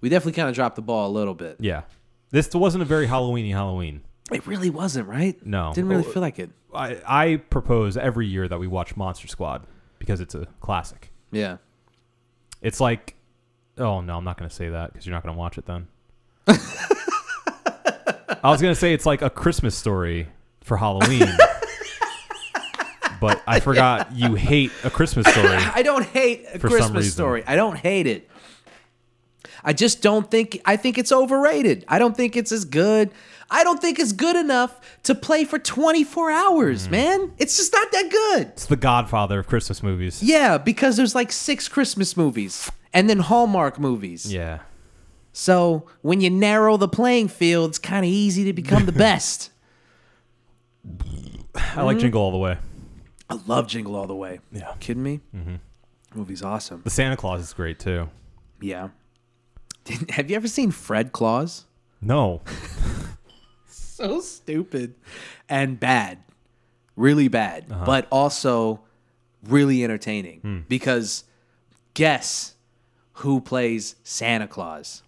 A: we definitely kind of dropped the ball a little bit
B: Yeah. This wasn't a very Halloweeny Halloween.
A: it really wasn't right
B: No. Oh.
A: didn't really feel like it
B: I, I propose every year that we watch Monster Squad because it's a classic.
A: yeah
B: It's like, oh no, I'm not going to say that because you're not going to watch
A: [laughs]
B: it then. I was going to say it's like a Christmas story
A: [laughs]
B: for Halloween. but I forgot you hate a Christmas story.
A: I don't hate a
B: For some
A: Christmas
B: reason.
A: story. I don't hate it. I just don't think I think it's overrated. I don't think it's as good. I don't think it's good enough to play for 24 hours,
B: Mm-hmm.
A: man. It's just not that good.
B: It's the godfather of Christmas movies.
A: Yeah, because there's like 6 Christmas movies and then Hallmark movies.
B: Yeah.
A: So, when you narrow the playing field, it's kind of easy to become
B: [laughs]
A: the best.
B: I
A: Mm-hmm.
B: like Jingle All the Way.
A: I love Jingle All the Way.
B: Yeah. Mm-hmm.
A: Kidding me? Mhm. Movie's awesome.
B: The Santa Claus is great too.
A: Yeah. Have you ever seen Fred Claus?
B: No.
A: [laughs] so stupid and bad, really bad,
B: Uh-huh.
A: but also really entertaining
B: Hmm.
A: because guess who plays Santa Claus?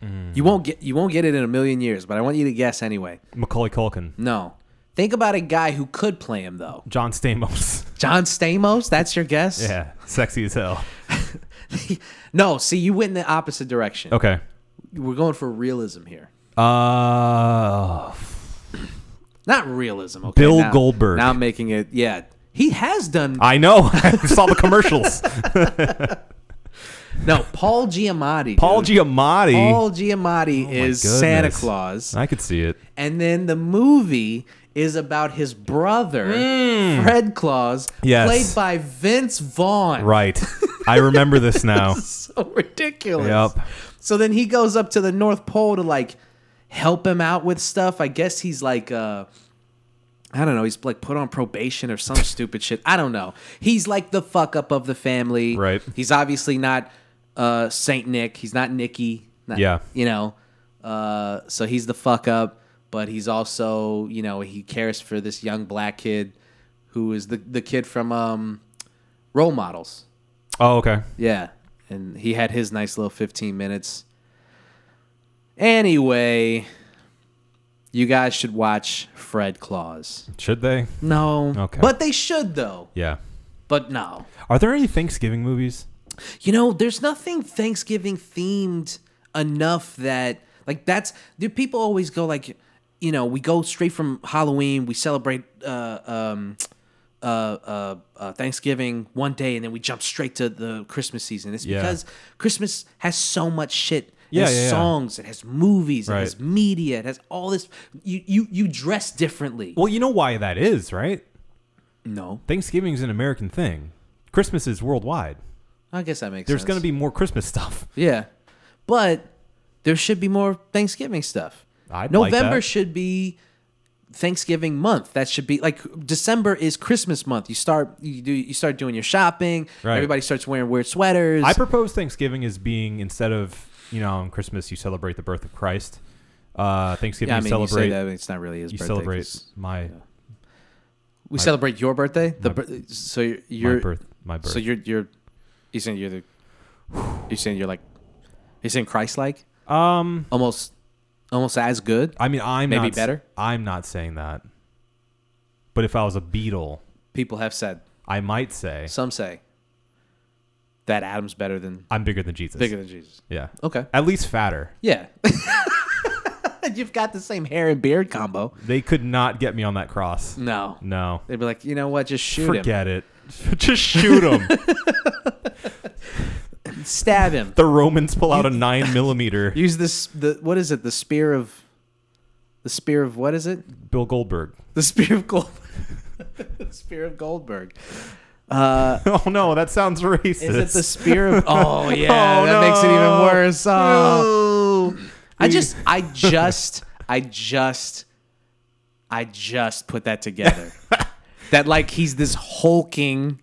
B: Hmm.
A: You won't get you won't get it in a million years, but I want you to guess anyway.
B: Macaulay Culkin.
A: No. Think about a guy who could play him though.
B: John
A: [laughs]
B: Stamos.
A: John Stamos, that's your guess?
B: yeah. Sexy as hell.
A: no, see you went in the opposite direction.
B: Okay.
A: We're going for realism here.
B: Uh
A: Not realism, okay.
B: Bill
A: now-
B: Goldberg.
A: Now I'm making it yeah. He has done
B: I know. [laughs] I saw
A: [laughs]
B: the commercials.
A: No, Paul Giamatti.
B: Paul
A: dude.
B: Giamatti.
A: Paul Giamatti
B: My
A: is Santa
B: goodness.
A: Claus,
B: I could see it.
A: and then the movie is about his brother Fred Claus,
B: Hmm. Yes.
A: played by Vince Vaughn.
B: Right. I remember this
A: [laughs]
B: now.
A: so ridiculous.
B: Yep.
A: So then he goes up to the North Pole to like help him out with stuff. I guess he's like uh I don't know, he's like put on probation or some stupid shit. I don't know. He's like the fuck up of the family.
B: Right.
A: He's obviously not uh Saint Nick. He's not Nicky. Not-
B: Yeah.
A: You know. Uh so he's the fuck up, but he's also, you know, he cares for this young black kid who is the the kid from um role models.
B: Oh, okay.
A: Yeah. And he had his nice little 15 minutes. Anyway, you guys should watch Fred Claus.
B: Should they?
A: No.
B: Okay.
A: But they should, though.
B: Yeah.
A: But no.
B: Are there any Thanksgiving movies?
A: You know, there's nothing Thanksgiving themed enough that, like, that's. Do people always go, like, you know, we go straight from Halloween, we celebrate uh, um, uh, uh, uh, Thanksgiving one day, and then we jump straight to the Christmas season. It's
B: Yeah.
A: because Christmas has so much shit. It
B: Yeah,
A: has
B: yeah, yeah.
A: songs, it has movies, it has
B: Right.
A: media, it has all this. You, you, you dress differently.
B: Well, you know why that is, right?
A: No,
B: Thanksgiving's an American thing. Christmas is worldwide.
A: I guess that makes
B: There's
A: sense.
B: going to be more Christmas stuff.
A: Yeah. But there should be more Thanksgiving stuff.
B: I'd like
A: November
B: that.
A: should be Thanksgiving month. That should be like December is Christmas month. You start you do you start doing your shopping.
B: Right.
A: Everybody starts wearing weird sweaters.
B: I propose Thanksgiving as being instead of you know on Christmas you celebrate the birth of Christ. Uh, Thanksgiving
A: yeah, I mean,
B: you
A: you say
B: celebrate
A: that, but it's not really his
B: you
A: birthday.
B: celebrate
A: 'cause
B: my
A: we celebrate your birthday. The
B: my-
A: bir- so you're,
B: my
A: you're
B: birth my birth.
A: so you're you're you saying you're the you saying you're like you saying Christ like
B: um,
A: almost almost as good.
B: I mean I'm
A: Maybe
B: not, s-
A: better?
B: I'm not saying that, but if I was a beetle,
A: People have said
B: I might say
A: some say that Adam's better than
B: I'm bigger than Jesus.
A: Bigger than Jesus.
B: yeah.
A: Okay.
B: At least fatter.
A: Yeah. [laughs] You've got the same hair and beard combo.
B: They could not get me on that cross.
A: No.
B: No.
A: They'd be like, you know what? Just Mm. shoot him.
B: Forget it. [laughs] Just shoot him.
A: Stab him.
B: the Romans pull out a
A: [laughs]
B: nine millimeter.
A: Use this. The what is it? The spear of. The spear of what is it? [laughs]
B: Bill Goldberg. [laughs]
A: The spear of gold. [laughs] the spear of Goldberg. Uh,
B: Oh no, that sounds racist.
A: is it the
B: [laughs]
A: spear of? [laughs] Oh yeah,
B: Oh,
A: that makes it even
B: no.
A: worse. Oh. I just, I just, I just, I just put that
B: [laughs]
A: together. that like he's this hulking,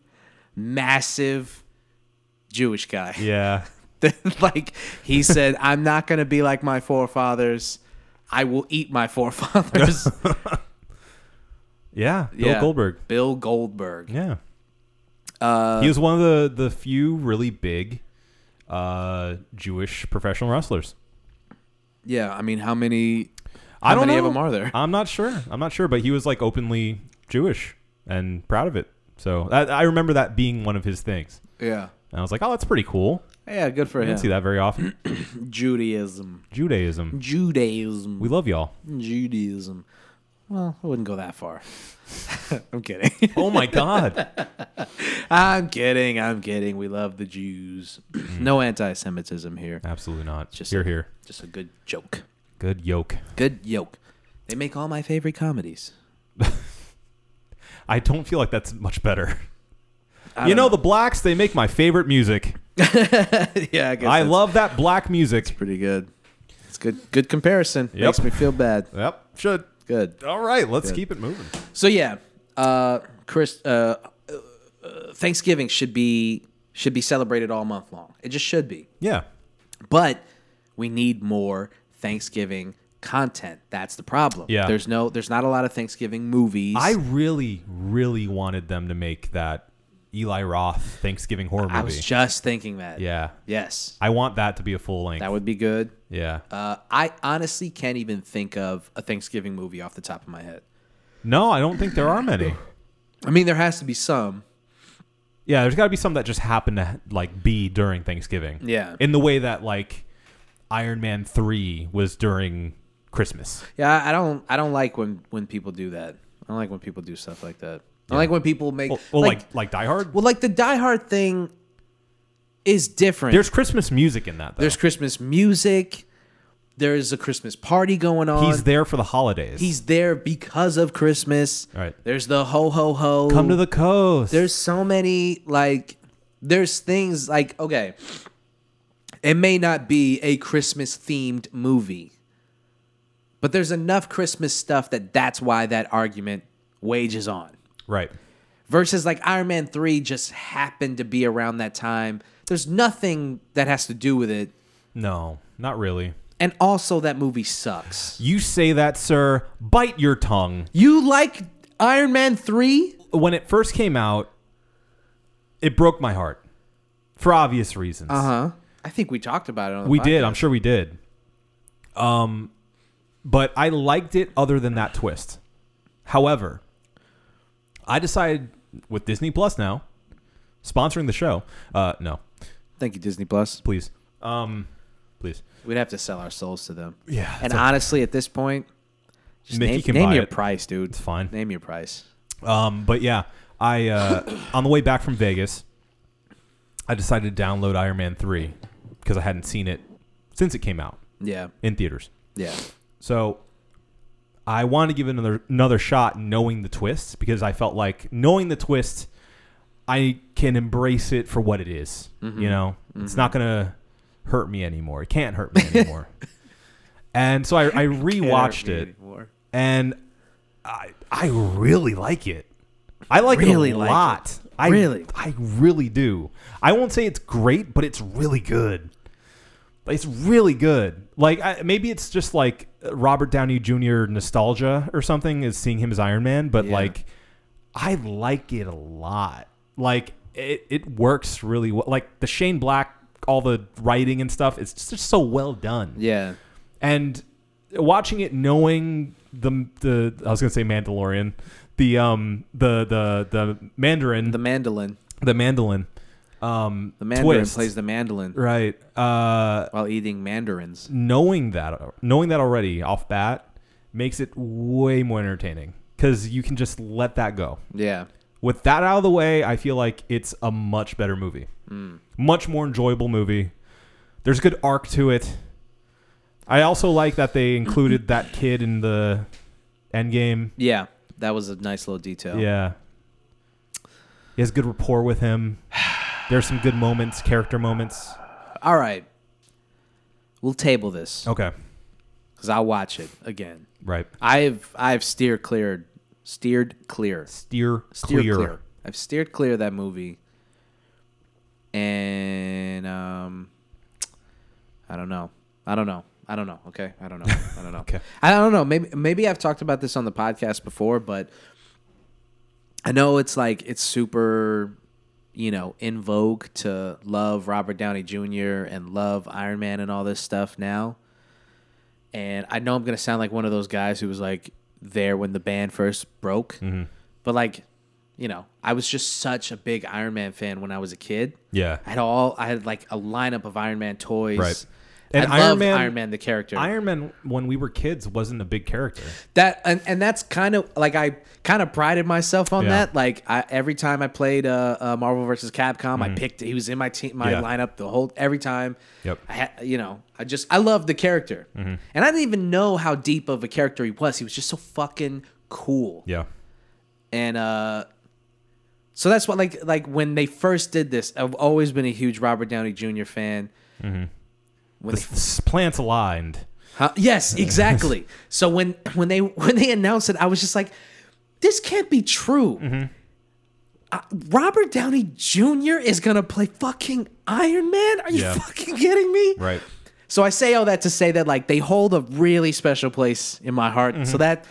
A: massive Jewish guy. [laughs]
B: Yeah.
A: like he
B: [laughs]
A: said, I'm not gonna be like my forefathers. I will eat my
B: [laughs]
A: forefathers.
B: Yeah. Bill
A: Yeah.
B: Goldberg.
A: Bill Goldberg.
B: Yeah.
A: Uh,
B: he was one of the, the few really big uh, Jewish professional wrestlers.
A: Yeah, I mean, how many? How
B: I don't
A: many
B: know.
A: of them are there?
B: I'm not sure. I'm not sure, but he was like openly Jewish and proud of it. So I, I remember that being one of his things.
A: Yeah,
B: And I was like, oh, that's pretty cool.
A: yeah, good for
B: I
A: him.
B: didn't see that
A: [clears throat]
B: very often.
A: Judaism,
B: Judaism.
A: Judaism,
B: We love y'all.
A: Judaism. Well, I wouldn't go that far. [laughs] I'm kidding. [laughs]
B: Oh my God.
A: I'm kidding. I'm kidding. We love the Jews. [clears throat] no anti-Semitism here.
B: Absolutely not.
A: Just-
B: Just here, here.
A: Just a good joke.
B: Good yoke.
A: Good yoke. They make all my favorite comedies. [laughs]
B: I don't feel like that's much better.
A: I
B: You know,
A: don't
B: the blacks, they make my favorite music.
A: yeah, I guess
B: I
A: that's
B: love that black music.
A: pretty good. It's good. Good comparison.
B: Yep.
A: Makes me feel bad.
B: Yep. Should.
A: Good.
B: All right. Let's
A: Good.
B: keep it moving.
A: So yeah, uh, Chris, uh, uh, Thanksgiving should be should be celebrated all month long. It just should be.
B: Yeah.
A: But we need more Thanksgiving content. That's the problem.
B: Yeah.
A: There's no. There's not a lot of Thanksgiving movies.
B: I really, really wanted them to make that Eli Roth Thanksgiving horror movie.
A: I was just thinking that.
B: yeah.
A: Yes.
B: I want that to be a full length.
A: That would be good.
B: yeah.
A: Uh, I honestly can't even think of a Thanksgiving movie off the top of my head.
B: no, I don't think there are
A: [laughs]
B: many.
A: I mean, there has to be some.
B: Yeah, there's got to be some that just happen to like be during Thanksgiving.
A: Yeah.
B: In the way that like Iron Man 3 was during Christmas.
A: Yeah, I I don't. I don't like when when people do that. I don't like when people do stuff like that. I like when people make
B: Well, well,
A: like,
B: like, like Die Hard.
A: well, like the Die Hard thing is different.
B: There's Christmas music in that though.
A: There's Christmas music. There is a Christmas party going on.
B: He's there for the holidays.
A: He's there because of Christmas.
B: Right.
A: There's the ho ho ho.
B: come to the coast.
A: There's so many like. There's things like okay. It may not be a Christmas themed movie, but there's enough Christmas stuff that that's why that argument wages on.
B: right.
A: versus like Iron Man 3 just happened to be around that time. There's nothing that has to do with it.
B: No, not really.
A: And also, that movie sucks.
B: You say that, sir. Bite your tongue.
A: You like Iron Man 3?
B: When it first came out, it broke my heart for obvious reasons.
A: Uh huh. I think we talked about it on the
B: We
A: podcast.
B: did. I'm sure we did. Um, but I liked it other than that twist. However, I decided with Disney Plus now sponsoring the show. Uh, no,
A: Thank you, Disney Plus.
B: please, um, please.
A: We'd have to sell our souls to them.
B: Yeah,
A: And
B: that's okay.
A: honestly, at this point, just
B: Mickey
A: name,
B: can
A: name
B: buy
A: your
B: it.
A: price, dude. It's
B: fine.
A: Name your price.
B: Um, but yeah, I uh, on the way back from Vegas, I decided to download Iron Man three because I hadn't seen it since it came out
A: Yeah.
B: in theaters.
A: Yeah.
B: So I wanted to give it another another shot knowing the twist because I felt like knowing the twist I can embrace it for what it is,
A: Mm-hmm.
B: You know? It's not gonna hurt me anymore. It can't hurt me
A: [laughs]
B: anymore. and so I, I
A: Can't hurt
B: rewatched
A: me
B: it
A: anymore.
B: and I I really like it. I like
A: Really
B: it a
A: like
B: lot. I
A: Really?
B: I really do. I won't say it's great, but it's really good. It's really good. Like I, maybe it's just like Robert Downey Jr. nostalgia or something is seeing him as Iron Man, but
A: Yeah.
B: like I like it a lot. Like it it works really well. Like the Shane Black all the writing and stuff it's just so well done
A: Yeah.
B: and watching it knowing the the I was gonna say Mandalorian, the um the the the Mandarin
A: The
B: the,
A: mandolin.
B: Mandolin, um
A: The mandarin
B: twist,
A: plays the mandolin
B: right uh
A: while eating mandarins.
B: knowing that knowing that already off bat makes it way more entertaining because you can just let that go
A: Yeah.
B: with that out of the way, I feel like it's a much better movie, much more enjoyable movie. There's a good arc to it. I also like that they included that kid in the end game.
A: Yeah, that was a nice little detail.
B: Yeah, he has good rapport with him. There's some good moments, character moments.
A: All right. We'll table this
B: Okay,
A: because because I watch it again.
B: Right.
A: I've I've steered clear, steered clear,
B: Steer,
A: steered
B: clear.
A: clear. I've steered clear of that movie, and um, I don't know. I don't know. I don't know. Okay, I don't know. I
B: [laughs]
A: don't know.
B: Okay.
A: I don't know. Maybe maybe I've talked about this on the podcast before, but I know it's like it's super, you know, in vogue to love Robert Downey Jr. and love Iron Man and all this stuff now. And I know I'm gonna sound like one of those guys who was like there when the band first broke,
B: Mm-hmm.
A: but like, you know, I was just such a big Iron Man fan when I was a kid.
B: Yeah.
A: I had all I had like a lineup of Iron Man toys.
B: Right.
A: And
B: And
A: I
B: Iron
A: love
B: Man-
A: Iron Man the character.
B: Iron Man, when we were kids, wasn't a big character.
A: That and, and that's kind of like I kind of prided myself on
B: Yeah.
A: that. Like I, every time I played uh, uh, Marvel versus Capcom, I picked he was in my team my
B: Mm-hmm. Yeah.
A: lineup the whole every time.
B: Yep. Mm-hmm.
A: I had you know I just I loved the character, and I didn't even know how deep of a character he was. He was just so fucking cool,
B: Yeah.
A: and uh, so that's what like like when they first did this, I've always been a huge Robert Downey Jr. fan. When
B: The
A: they
B: s- plants aligned.
A: Huh? Yes, exactly. so when when they when they announced it, I was just like, this can't be true.
B: Mm-hmm.
A: Uh, Robert Downey Jr. is gonna play fucking Iron Man. Are you
B: Yeah.
A: fucking kidding me?
B: Right.
A: So I say all that to say that like they hold a really special place in my heart. So that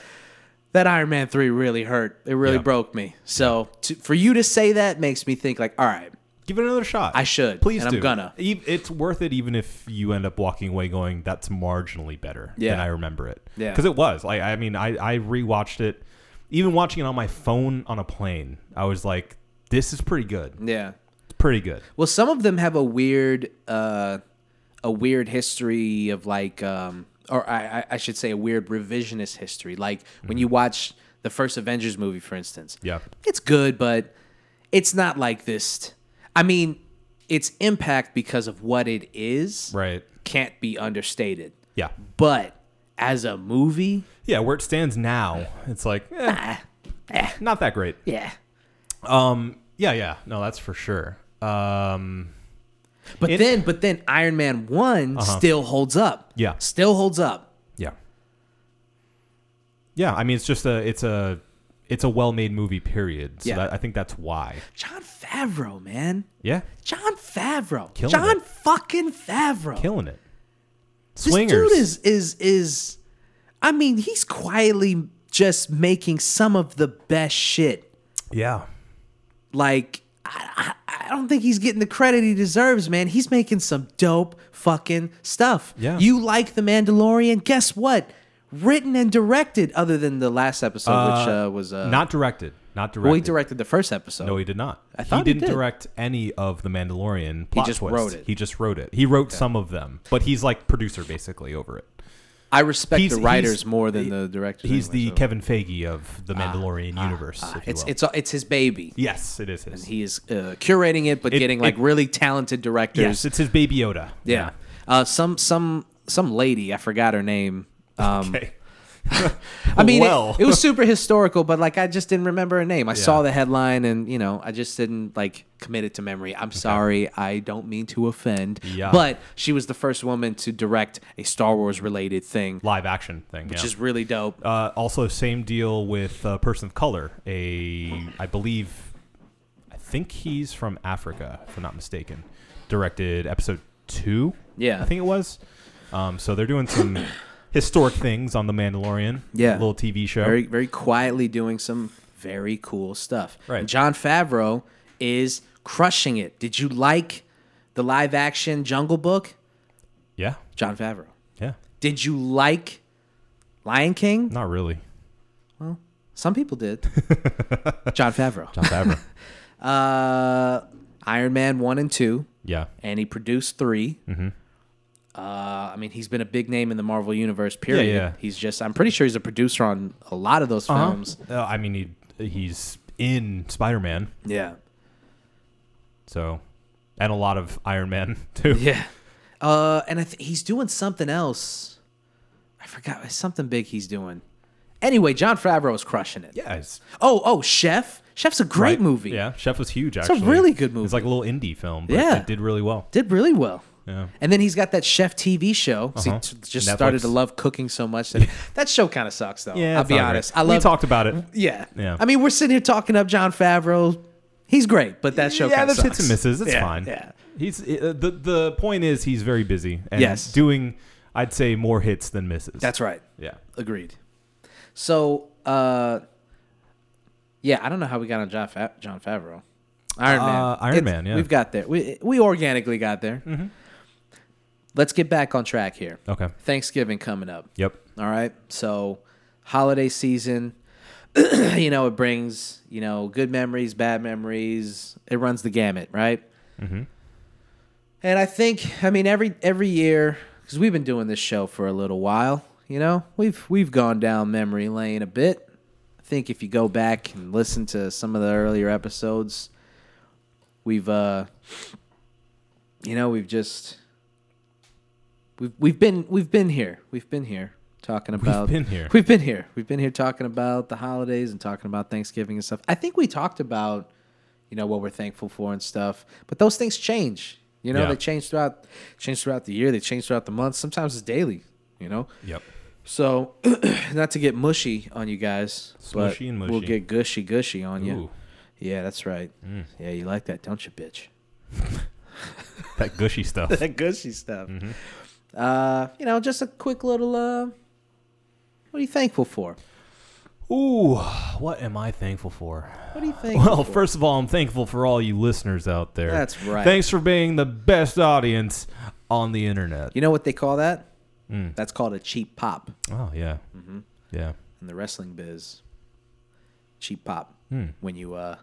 A: that Iron Man three really hurt. It really
B: Mm-hmm. Yeah.
A: broke me. So to, for you to say that makes me think like, all right,
B: Give it another shot.
A: I should,
B: Please
A: and I'm
B: do.
A: gonna.
B: E- It's worth it, even if you end up walking away going, "That's marginally better than
A: Yeah.
B: I remember it."
A: Yeah.
B: Because it was. Like, I mean, I I rewatched it. Even watching it on my phone on a plane, I was like, "This is pretty good.
A: yeah.
B: It's pretty good."
A: Well, some of them have a weird, uh, a weird history of like, um, or I, I- I should say, a weird revisionist history. Like when you watch the first Avengers movie, for instance.
B: Mm-hmm. Yeah.
A: it's good, but it's not like this. I mean, its impact because of what it is
B: Right.
A: can't be understated.
B: Yeah.
A: But as a movie,
B: Yeah. Where it stands now, it's like, eh, not that great.
A: yeah.
B: Um. Yeah. Yeah. No, that's for sure. Um.
A: But
B: It- Uh-huh.
A: then, but then, Iron Man one still holds up.
B: Yeah.
A: still holds up.
B: Yeah. Yeah, I mean it's just a it's a it's a well-made movie period. So
A: Yeah.
B: that, I think that's why.
A: John Favreau, man.
B: Yeah,
A: John Favreau.
B: Killing
A: John
B: it.
A: fucking Favreau.
B: killing it.
A: this
B: Swingers.
A: dude is is is I mean, he's quietly just making some of the best shit.
B: yeah.
A: Like I, I, I don't think he's getting the credit he deserves, man. He's making some dope fucking stuff.
B: Yeah.
A: You like The Mandalorian? Guess what? Written and directed, other than the last episode, which uh, was uh,
B: not directed. Not directed.
A: Well, he directed the first episode.
B: No, he did not.
A: I thought he
B: didn't
A: did.
B: direct any of the Mandalorian plot
A: just
B: twists.
A: wrote it.
B: He just wrote it. He wrote some of them, but he's like producer basically over it.
A: I respect
B: He's-
A: the writers
B: he's-
A: more than the directors.
B: He's
A: anyway,
B: the
A: so-
B: Kevin Feige of the Mandalorian universe. if you
A: Ah, It's
B: will.
A: it's it's his baby.
B: yes, it is his.
A: He is uh, curating it, but
B: It-
A: getting like
B: it-
A: really talented directors.
B: Yes, it's his baby Yoda.
A: yeah. Uh, some some some lady, I forgot her name.
B: [laughs]
A: Um,
B: Okay.
A: I mean, it-
B: well.
A: it, was super historical, but like I just didn't remember her name. I saw the headline, and you know, I just didn't like commit it to memory. I'm sorry, I don't mean to offend.
B: Yeah.
A: But she was the first woman to direct a Star Wars related thing,
B: Live action thing.
A: which
B: yeah.
A: is really dope.
B: Uh, also, same deal with a person of color. A, I believe, I think he's from Africa, if I'm not mistaken. Directed episode two.
A: Yeah.
B: I think it was. Um, so they're doing some [coughs] historic things on The Mandalorian.
A: Yeah.
B: little TV show.
A: very very quietly doing some very cool stuff.
B: Right.
A: And John Favreau is crushing it. Did you like the live action Jungle Book?
B: yeah,
A: John Favreau.
B: yeah.
A: Did you like Lion King?
B: Not really.
A: Some people
B: [laughs]
A: did. John Favreau.
B: John Favreau.
A: Uh, Iron Man 1 and 2,
B: [laughs] yeah,
A: and he produced 3.
B: Mm-hmm.
A: Uh, I mean, he's been a big name in the Marvel Universe,
B: yeah.
A: period. He's just, I'm pretty sure he's a producer on a lot of those films.
B: Uh, I mean, he, he's in Spider Man,
A: Yeah.
B: so and a lot of Iron Man [laughs] too.
A: Yeah. Uh, and I th- he's doing something else. I forgot it's something big he's doing. Anyway, John Favreau is crushing it.
B: yeah it's
A: Oh, oh, Chef. Chef's a great
B: Right.
A: movie.
B: Yeah, Chef was huge.
A: a
B: Actually,
A: really good
B: It's
A: movie.
B: like a little indie film. But
A: Yeah.
B: it did really well.
A: Did really well.
B: Yeah.
A: And then he's got that chef TV show. 'cause
B: Uh-huh.
A: He t- just
B: Netflix.
A: started to love cooking so much
B: [laughs]
A: that that show kind of sucks though.
B: Yeah,
A: I'll
B: it's
A: be
B: not great.
A: honest. I love Mm-hmm.
B: We talked about it.
A: Yeah.
B: Yeah.
A: I mean, we're sitting here talking up John Favreau. He's great, but that show
B: yeah,
A: kind of
B: there's
A: sucks.
B: hits and misses. It's
A: Yeah,
B: fine.
A: Yeah.
B: He's uh, the the point is he's very busy and
A: Yes.
B: doing I'd say more hits than misses.
A: That's right.
B: yeah.
A: Agreed. So, uh, yeah, I don't know how we got on John, Fa- John Favreau. Iron Man.
B: Uh, Iron Man, yeah. Mm-hmm.
A: We've got there. We, we organically got there. Let's get back on track here.
B: Okay.
A: Thanksgiving coming up.
B: Yep.
A: All right. So, holiday season, [clears throat] you know, it brings, you know, good memories, bad memories. It runs the gamut, right? Mm-hmm. And I think, I mean, every every year, because we've been doing this show for a little while, you know, we've we've gone down memory lane a bit. I think if you go back and listen to some of the earlier episodes, we've, uh, you know, we've just we've we've been we've been here. We've been here talking about
B: been here.
A: We've been here. We've been here talking about the holidays and talking about Thanksgiving and stuff. I think we talked about you know what we're thankful for and stuff, but those things change. You know,
B: Yeah.
A: they change throughout change throughout the year, they change throughout the month. Sometimes it's daily, you know.
B: Yep.
A: So, [clears throat] not to get mushy on you guys, but
B: Smushy and
A: we'll
B: mushy.
A: get gushy gushy on you.
B: Ooh. Mm.
A: Yeah, that's right. Yeah, you like that, don't you, bitch? [laughs]
B: That gushy stuff.
A: that gushy stuff. Mm-hmm. Uh, you know, just a quick little. Uh, what are you thankful for?
B: Ooh, what am I thankful for?
A: What do you think?
B: Well, first of all, I'm thankful for all you listeners out there.
A: That's right.
B: Thanks for being the best audience on the internet.
A: you know what they call that?
B: Mm.
A: That's called a cheap pop
B: Oh yeah.
A: Mm-hmm.
B: Yeah.
A: in the wrestling biz. Cheap pop.
B: Hmm.
A: When you uh,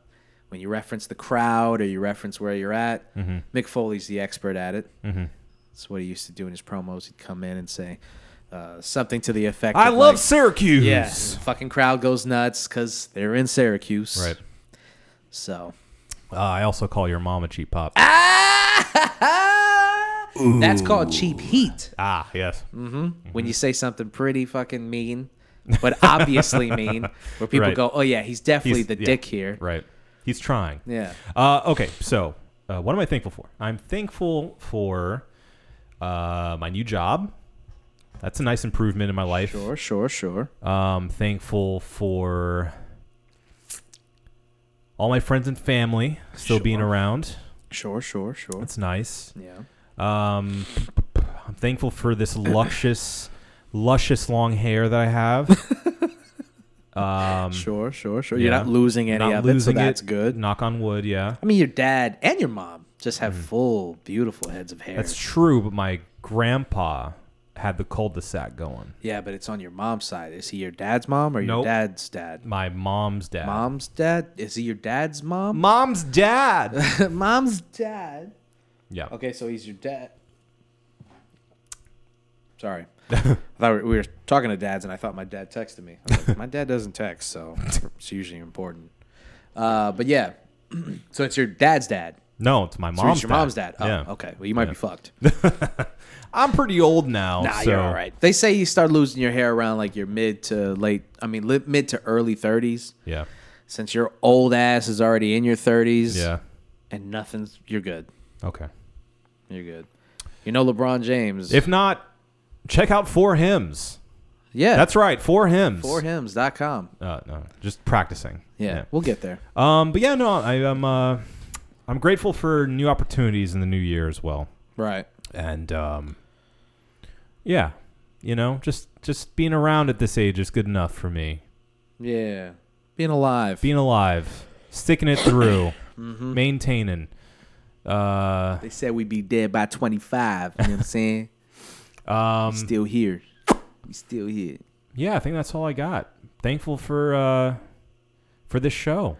A: when you reference the crowd or you reference where you're at,
B: Mm-hmm.
A: Mick Foley's the expert at it. Mm-hmm. That's what he used to do in his promos. He'd come in and say uh, something to the effect.
B: I
A: of,
B: love
A: like,
B: Syracuse.
A: Yeah, and the fucking crowd goes nuts because they're in Syracuse.
B: Right. [laughs]
A: So
B: Uh, I also call your mom a cheap pop.
A: That's called cheap heat.
B: Ah, yes.
A: Mm. When
B: Mm-hmm.
A: you say something pretty fucking mean, but
B: [laughs]
A: obviously mean, where people
B: Right.
A: go, "Oh yeah, he's definitely
B: He's-
A: the
B: yeah,
A: dick here."
B: Right. He's trying.
A: Yeah.
B: Uh, okay, so uh, what am I thankful for? I'm thankful for uh, my new job. That's a nice improvement in my life.
A: Sure, sure, sure.
B: Um, thankful for all my friends and family still being
A: Sure.
B: around.
A: Sure, sure, sure.
B: That's nice.
A: yeah.
B: Um, I'm thankful
A: [coughs]
B: for this luscious, luscious long hair that I have. Um,
A: sure, sure, sure.
B: yeah.
A: You're not losing any
B: Not
A: of
B: losing Mm.
A: it, so that's good.
B: Knock on wood. Yeah.
A: I mean, your dad and your mom just have full, beautiful heads of hair.
B: Mm-hmm. That's true, but my grandpa had the cul-de-sac going.
A: yeah, but it's on your mom's side. Is he your dad's mom or your
B: Nope.
A: dad's dad?
B: My mom's dad.
A: Mom's dad? Is he your dad's mom? [laughs]
B: Mom's dad.
A: mom's dad.
B: yeah.
A: Okay, so he's your dad.
B: [laughs]
A: Sorry. I thought we we were talking to dads, and I thought my dad texted me. I was like, my dad doesn't text, so it's usually important. Uh, but yeah, [clears throat] so it's your dad's dad.
B: No, it's my
A: So
B: mom's
A: it's your
B: dad.
A: mom's dad. Oh,
B: yeah.
A: okay. Well, you might be
B: [laughs]
A: fucked.
B: I'm pretty old now.
A: Nah,
B: so
A: you're all right. They say you start losing your hair around like your mid to late, I mean, li- mid to early 30s.
B: Yeah.
A: Since your old ass is already in your 30s
B: Yeah.
A: and nothing's, you're good.
B: Okay.
A: You're good. You know LeBron James.
B: If not, check out Four Hymns.
A: yeah.
B: That's right, Four Hymns.
A: forhims.com.
B: Uh, no, just practicing.
A: Yeah, we'll get there.
B: Um, but yeah, no, I am. Uh, I'm grateful for new opportunities in the new year as well.
A: Right.
B: and um, yeah, you know, just just being around at this age is good enough for me.
A: Yeah. Being alive.
B: Being alive, sticking it [coughs] through,
A: Mm-hmm.
B: maintaining. Uh,
A: they said we'd be dead by 25. You know what I'm saying?
B: um,
A: We still here. We still here.
B: yeah, I think that's all I got. Thankful for uh, for this show,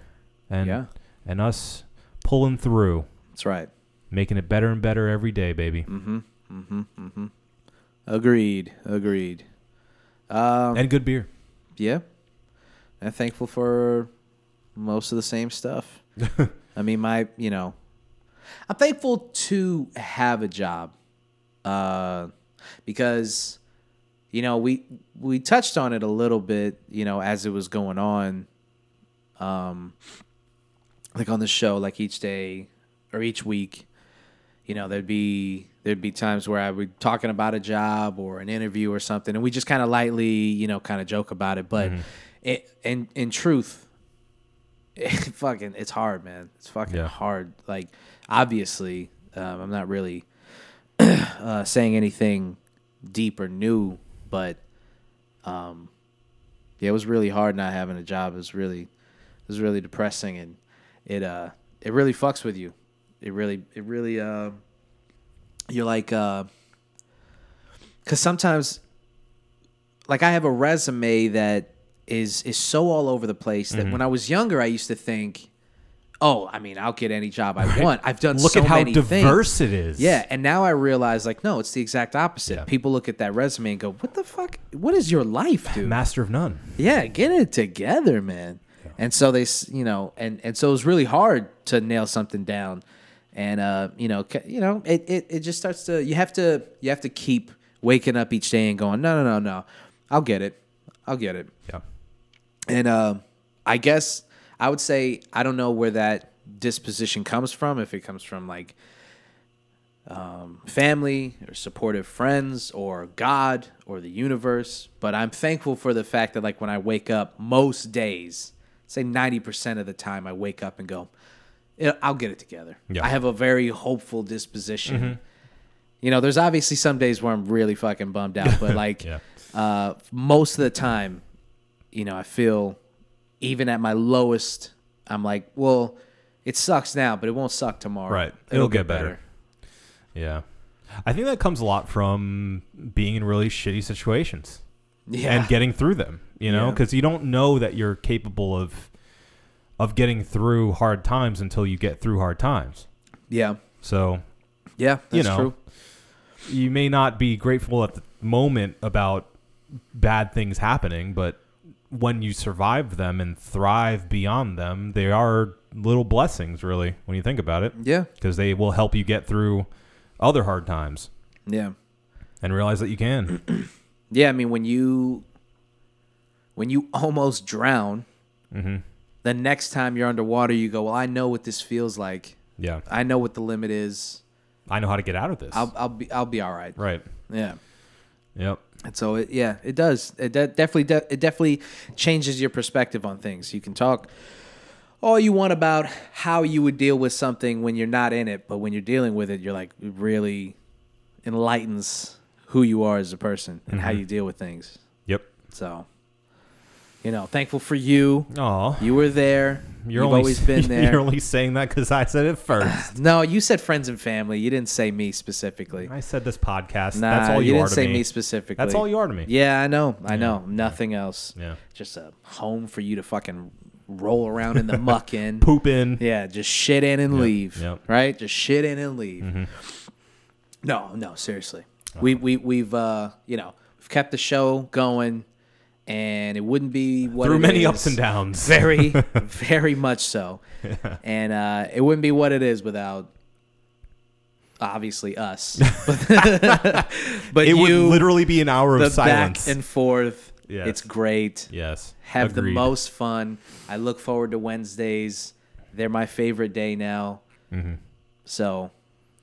B: and
A: Yeah.
B: and us pulling through,
A: That's right.
B: making it better and better every day, baby.
A: Mm-hmm. Agreed. Agreed. Um,
B: And good beer.
A: Yeah. I'm thankful for most of the same stuff. I mean, my, you know, I'm thankful to have a job. Uh, because you know, we we touched on it a little bit, you know, as it was going on. Um like on the show, like each day or each week, you know, there'd be there'd be times where I would talking about a job or an interview or something, and we just kind of lightly, you know, kind of joke about it. But it, in in truth, [laughs] it fucking it's hard, man. It's fucking
B: Yeah.
A: hard. Like obviously, um, I'm not really [clears throat] uh, saying anything deep or new, but um, yeah, it was really hard not having a job. It was really it was really depressing, and it uh it really fucks with you. It really it really uh you're like uh because sometimes like I have a resume that is is so all over the place
B: Mm-hmm.
A: that when I was younger, I used to think, oh, I mean, I'll get any job I want. I've done
B: Look
A: so
B: at how
A: many
B: diverse
A: things.
B: it is.
A: Yeah, and now I realize like no, it's the exact opposite.
B: Yeah.
A: People look at that resume and go, "What the fuck? What is your life, dude?"
B: Master of none.
A: yeah, get it together, man. And so they, s- you know, and and so it was really hard to nail something down, and uh, you know, ca- you know, it, it it just starts to you have to you have to keep waking up each day and going, no, no, no, no, I'll get it, I'll get it.
B: Yeah.
A: And um, I guess I would say I don't know where that disposition comes from. If it comes from like um, family or supportive friends or God or the universe, but I'm thankful for the fact that like when I wake up most days, say 90% of the time, I wake up and go, "I- I'll get it together.
B: Yeah. Mm-hmm.
A: I have a very hopeful disposition. You know, there's obviously some days where I'm really fucking bummed
B: [laughs]
A: out, but like
B: Yeah.
A: uh, most of the time, you know, I feel even at my lowest, I'm like, well, it sucks now, but it won't suck tomorrow.
B: Right. It'll get better. Yeah. I think that comes a lot from being in really shitty situations
A: Yeah.
B: and getting through them, you know,
A: Yeah.
B: because you don't know that you're capable of of getting through hard times until you get through hard times.
A: yeah.
B: So
A: Yeah. That's
B: know,
A: true.
B: you may not be grateful at the moment about bad things happening, but when you survive them and thrive beyond them, they are little blessings, really, when you think about it,
A: Yeah.
B: because they will help you get through other hard times
A: Yeah.
B: and realize that
A: [clears throat]
B: you can.
A: Yeah. I mean, when you, when you almost drown,
B: Mm-hmm.
A: the next time you're underwater, you go, well, I know what this feels like.
B: yeah.
A: I know what the limit is.
B: I know how to get out of this.
A: I'll, I'll be, I'll be all right.
B: right.
A: Yeah.
B: Yep.
A: And so it, yeah, it does. It de- definitely, de- it definitely changes your perspective on things. You can talk all you want about how you would deal with something when you're not in it, but when you're dealing with it, you're like it really enlightens who you are as a person and
B: Mm-hmm.
A: how you deal with things.
B: Yep.
A: So, you know, thankful for you.
B: Oh,
A: You were there.
B: you're
A: have
B: only,
A: always been there.
B: [laughs] You're only saying that because
A: [sighs]
B: I said it first.
A: no, you said friends and family. You didn't say me specifically.
B: I said this podcast.
A: Nah,
B: That's all you,
A: didn't
B: are to
A: say
B: me.
A: me. specifically.
B: That's all you are to me.
A: Yeah, I know. I know. Nothing else.
B: Yeah.
A: Just a home for you to fucking roll around in the
B: [laughs]
A: muck in.
B: Poop in.
A: Yeah, just shit in and leave.
B: yep. Mm-hmm.
A: Right? Just shit in and leave. No, no, seriously.
B: Uh-huh.
A: We we we've uh, you know, we've kept the show going and it wouldn't be what
B: Through
A: it
B: many
A: is.
B: ups and downs. [laughs]
A: Very, very much so. And uh, it wouldn't be what it is without obviously
B: [laughs]
A: us. But, but
B: It would
A: you
B: literally be an hour
A: the
B: of silence.
A: back and forth.
B: Yes.
A: It's great.
B: yes.
A: Have the
B: Agreed.
A: most fun. I look forward to Wednesdays. They're my favorite day now. So
B: Mm-hmm.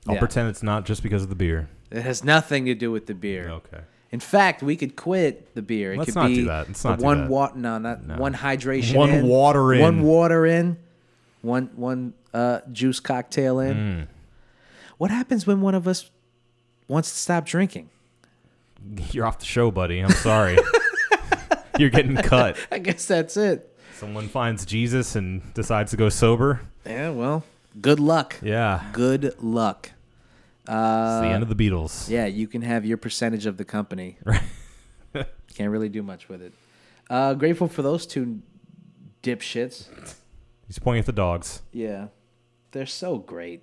B: I'll
A: yeah.
B: pretend it's not just because of the beer.
A: it has nothing to do with the beer.
B: Okay. [laughs]
A: In fact, we could quit the beer. It
B: Let's
A: could
B: not
A: be
B: do that. Let's
A: the
B: not do
A: one
B: that.
A: wa- no, not one hydration,
B: One
A: in,
B: water in.
A: one water in, one one uh, juice cocktail in.
B: Mm.
A: What happens when one of us wants to stop drinking? [laughs]
B: You're off the show, buddy. I'm sorry. You're getting cut.
A: I guess that's it.
B: Someone finds Jesus and decides to go sober.
A: Yeah, well, good luck.
B: Yeah.
A: Good luck.
B: it's the end of the Beatles.
A: Uh, Yeah, you can have your percentage of the company.
B: [laughs] Right.
A: Can't really do much with it. Uh, grateful for those two dipshits.
B: He's pointing at the dogs. [laughs]
A: Yeah, they're so great.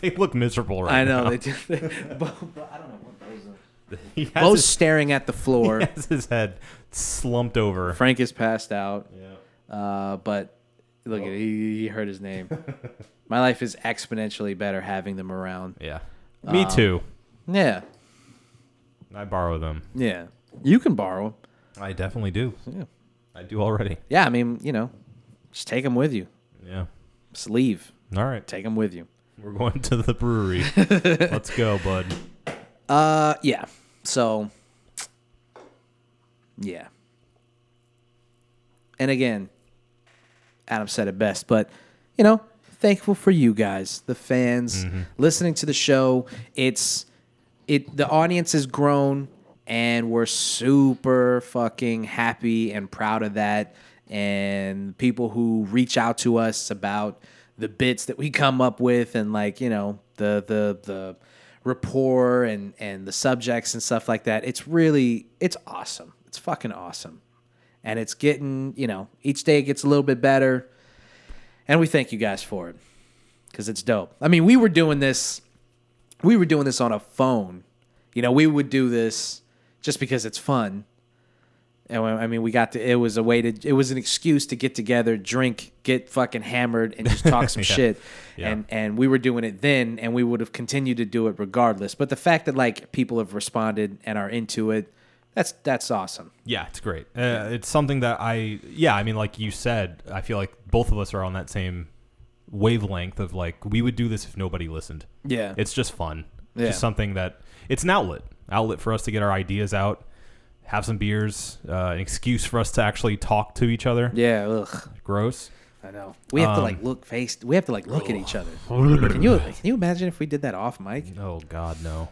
B: They look miserable right
A: I know
B: now.
A: they do. [laughs] They, both, I don't know what those are.
B: [laughs] He has,
A: Both
B: his,
A: staring at the floor.
B: he has his head slumped over.
A: Frank is passed out.
B: Yeah.
A: Uh, but look at he, he heard his [laughs] name. My life is exponentially better having them around.
B: Yeah. Me too.
A: Yeah,
B: I borrow them.
A: yeah. You can borrow 'em.
B: I definitely do.
A: Yeah.
B: I do already.
A: Yeah, I mean, you know, just take them with you.
B: Yeah.
A: Just leave.
B: All right.
A: Take them with you.
B: We're going to the [laughs] brewery. Let's go, bud.
A: Uh, yeah. So, yeah. And again, Adam said it best, but you know, thankful for you guys, the fans, listening to the show. It's it the audience has grown, and we're super fucking happy and proud of that. And people who reach out to us about the bits that we come up with, and like you know, the the the rapport and and the subjects and stuff like that. It's really it's awesome. It's fucking awesome. And it's getting, you know, each day it gets a little bit better. And we thank you guys for it cuz it's dope. I mean, we were doing this we were doing this on a phone. You know, we would do this just because it's fun. And when, I mean, we got to it was a way to it was an excuse to get together, drink, get fucking hammered and just
B: [laughs]
A: talk some shit.
B: Yeah.
A: And and we were doing it then and we would have continued to do it regardless. But the fact that like people have responded and are into it, that's that's awesome.
B: Yeah, it's great. Uh, it's something that I, yeah, I mean, like you said, I feel like both of us are on that same wavelength of like, we would do this if nobody listened.
A: Yeah.
B: It's just fun.
A: Yeah.
B: Just something that, it's an outlet, outlet for us to get our ideas out, have some beers, uh, an excuse for us to actually talk to each other.
A: Yeah, ugh,
B: Gross.
A: I know. We have to like
B: Um,
A: look face. We have to like look at each other. Can you can you imagine if we did that off mic?
B: Oh, God, no.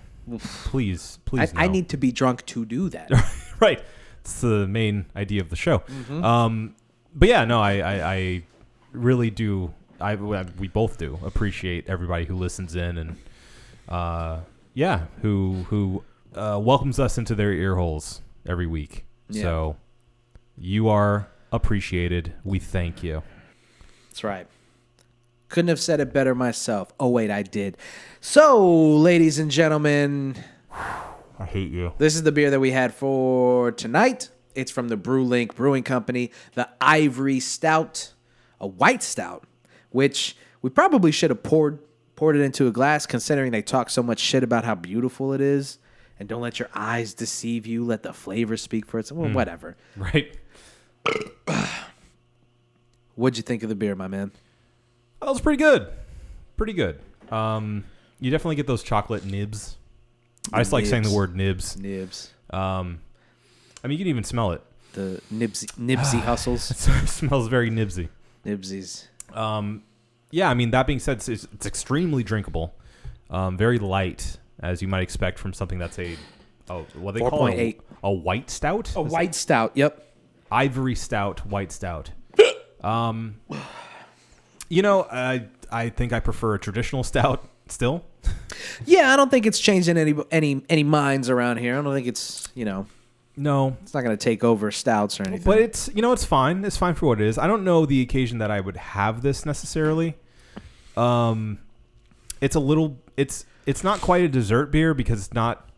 B: Please,
A: I,
B: please.
A: I
B: no.
A: need to be drunk to do that.
B: [laughs] right. It's the main idea of the show.
A: Mm-hmm.
B: Um, but yeah, no, I, I, I really do. I, I- we both do appreciate everybody who listens in and uh, yeah, who who uh, welcomes us into their ear holes every week.
A: Yeah.
B: So you are appreciated. We thank you.
A: That's right. Couldn't have said it better myself. Oh wait, I did. So, ladies and gentlemen,
B: I hate you.
A: This is the beer that we had for tonight. It's from the Brew Link Brewing Company, the Ivory Stout, a white stout, which we probably should have poured poured it into a glass, considering they talk so much shit about how beautiful it is. And don't let your eyes deceive you. Let the flavor speak for itself. Well, whatever.
B: [laughs] Right.
A: What'd you think of the beer, my man?
B: That was pretty good. Pretty good. Um, you definitely get those chocolate nibs. I just like saying the
A: Nibs.
B: word nibs.
A: Nibs,
B: Um, I mean, you can even smell it. [laughs]
A: the Nibsy Nibsy hustles,
B: it smells very nibsy.
A: Nibsies.
B: Um, yeah, I mean, that being said, it's, it's extremely drinkable, um, very light, as you might expect from something that's a, oh, what they call it,
A: 4.8.
B: a, a white stout?
A: A white stout. Yep.
B: ivory stout, white
A: [gasps]
B: stout. Um, you know, I, I think I prefer a traditional [laughs] stout still.
A: Yeah, I don't think it's changing any any any minds around here. I don't think it's you know
B: No,
A: It's not going to take over stouts or anything.
B: But it's you know it's fine. It's fine for what it is. I don't know the occasion that I would have this necessarily. Um, it's a little. It's it's not quite a dessert beer because it's not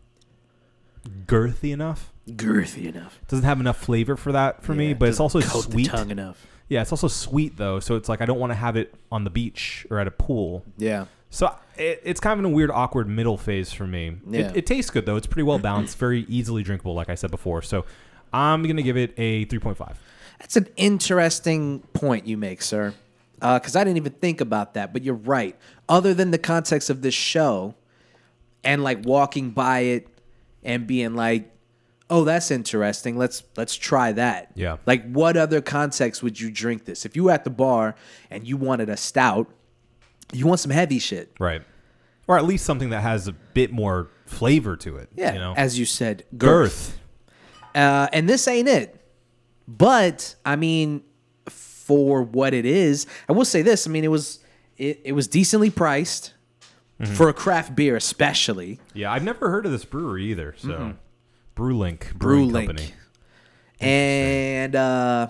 B: girthy enough.
A: girthy enough
B: Doesn't have enough flavor for that for me.
A: Yeah,
B: But it's
A: doesn't
B: also
A: coat
B: sweet.
A: The tongue enough.
B: Yeah, it's also sweet though. So it's like I don't want to have it on the beach or at a pool.
A: Yeah.
B: So it, it's kind of in a weird, awkward middle phase for me.
A: Yeah.
B: It, it tastes good though. It's pretty well balanced, very easily drinkable, like I said before. So I'm gonna give it a three point five.
A: That's an interesting point you make, sir. Because I didn't even think about that, but you're right. Other than the context of this show and like walking by it and being like, "Oh, that's interesting. Let's let's try that."
B: Yeah.
A: Like, what other context would you drink this? If you were at the bar and you wanted a stout, you want some heavy shit.
B: Right. Or at least something that has a bit more flavor to it.
A: Yeah.
B: You know?
A: As you said,
B: girth.
A: uh, and this ain't it. But I mean, for what it is, I will say this. I mean, it was it, it was decently priced for a craft beer, especially
B: Yeah, I've never heard of this brewery either. So Brewlink
A: Brew
B: Brewing
A: Link,
B: Company. [laughs]
A: and uh,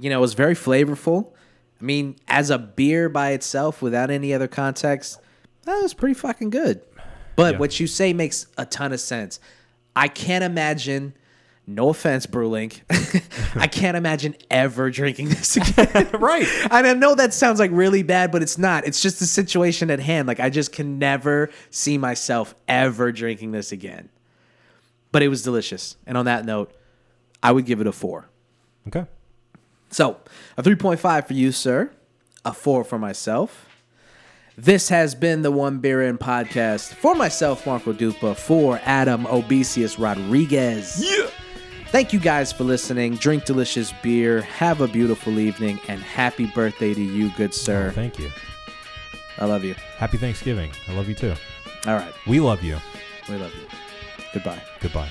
A: you know, it was very flavorful. I mean, as a beer by itself, without any other context, that was pretty fucking good. But
B: Yeah.
A: what you say makes a ton of sense. I can't imagine. No offense, Brewlink. [laughs] I can't imagine ever drinking this [laughs] again.
B: right.
A: And I know that sounds like really bad, but it's not. It's just the situation at hand. Like I just can never see myself ever drinking this again. But it was delicious. And on that note, I would give it a four.
B: Okay.
A: So a 3.5 for you, sir. A four for myself. This has been the One Beer In podcast. For myself, Marco Dupa, for Adam Obesius Rodriguez. Yeah. Thank you guys for listening. Drink delicious beer. Have a beautiful evening. And happy birthday to you, good sir.
B: Thank you.
A: I love you.
B: Happy Thanksgiving. I love you too.
A: All right.
B: We love you.
A: We love you. Goodbye.
B: Goodbye.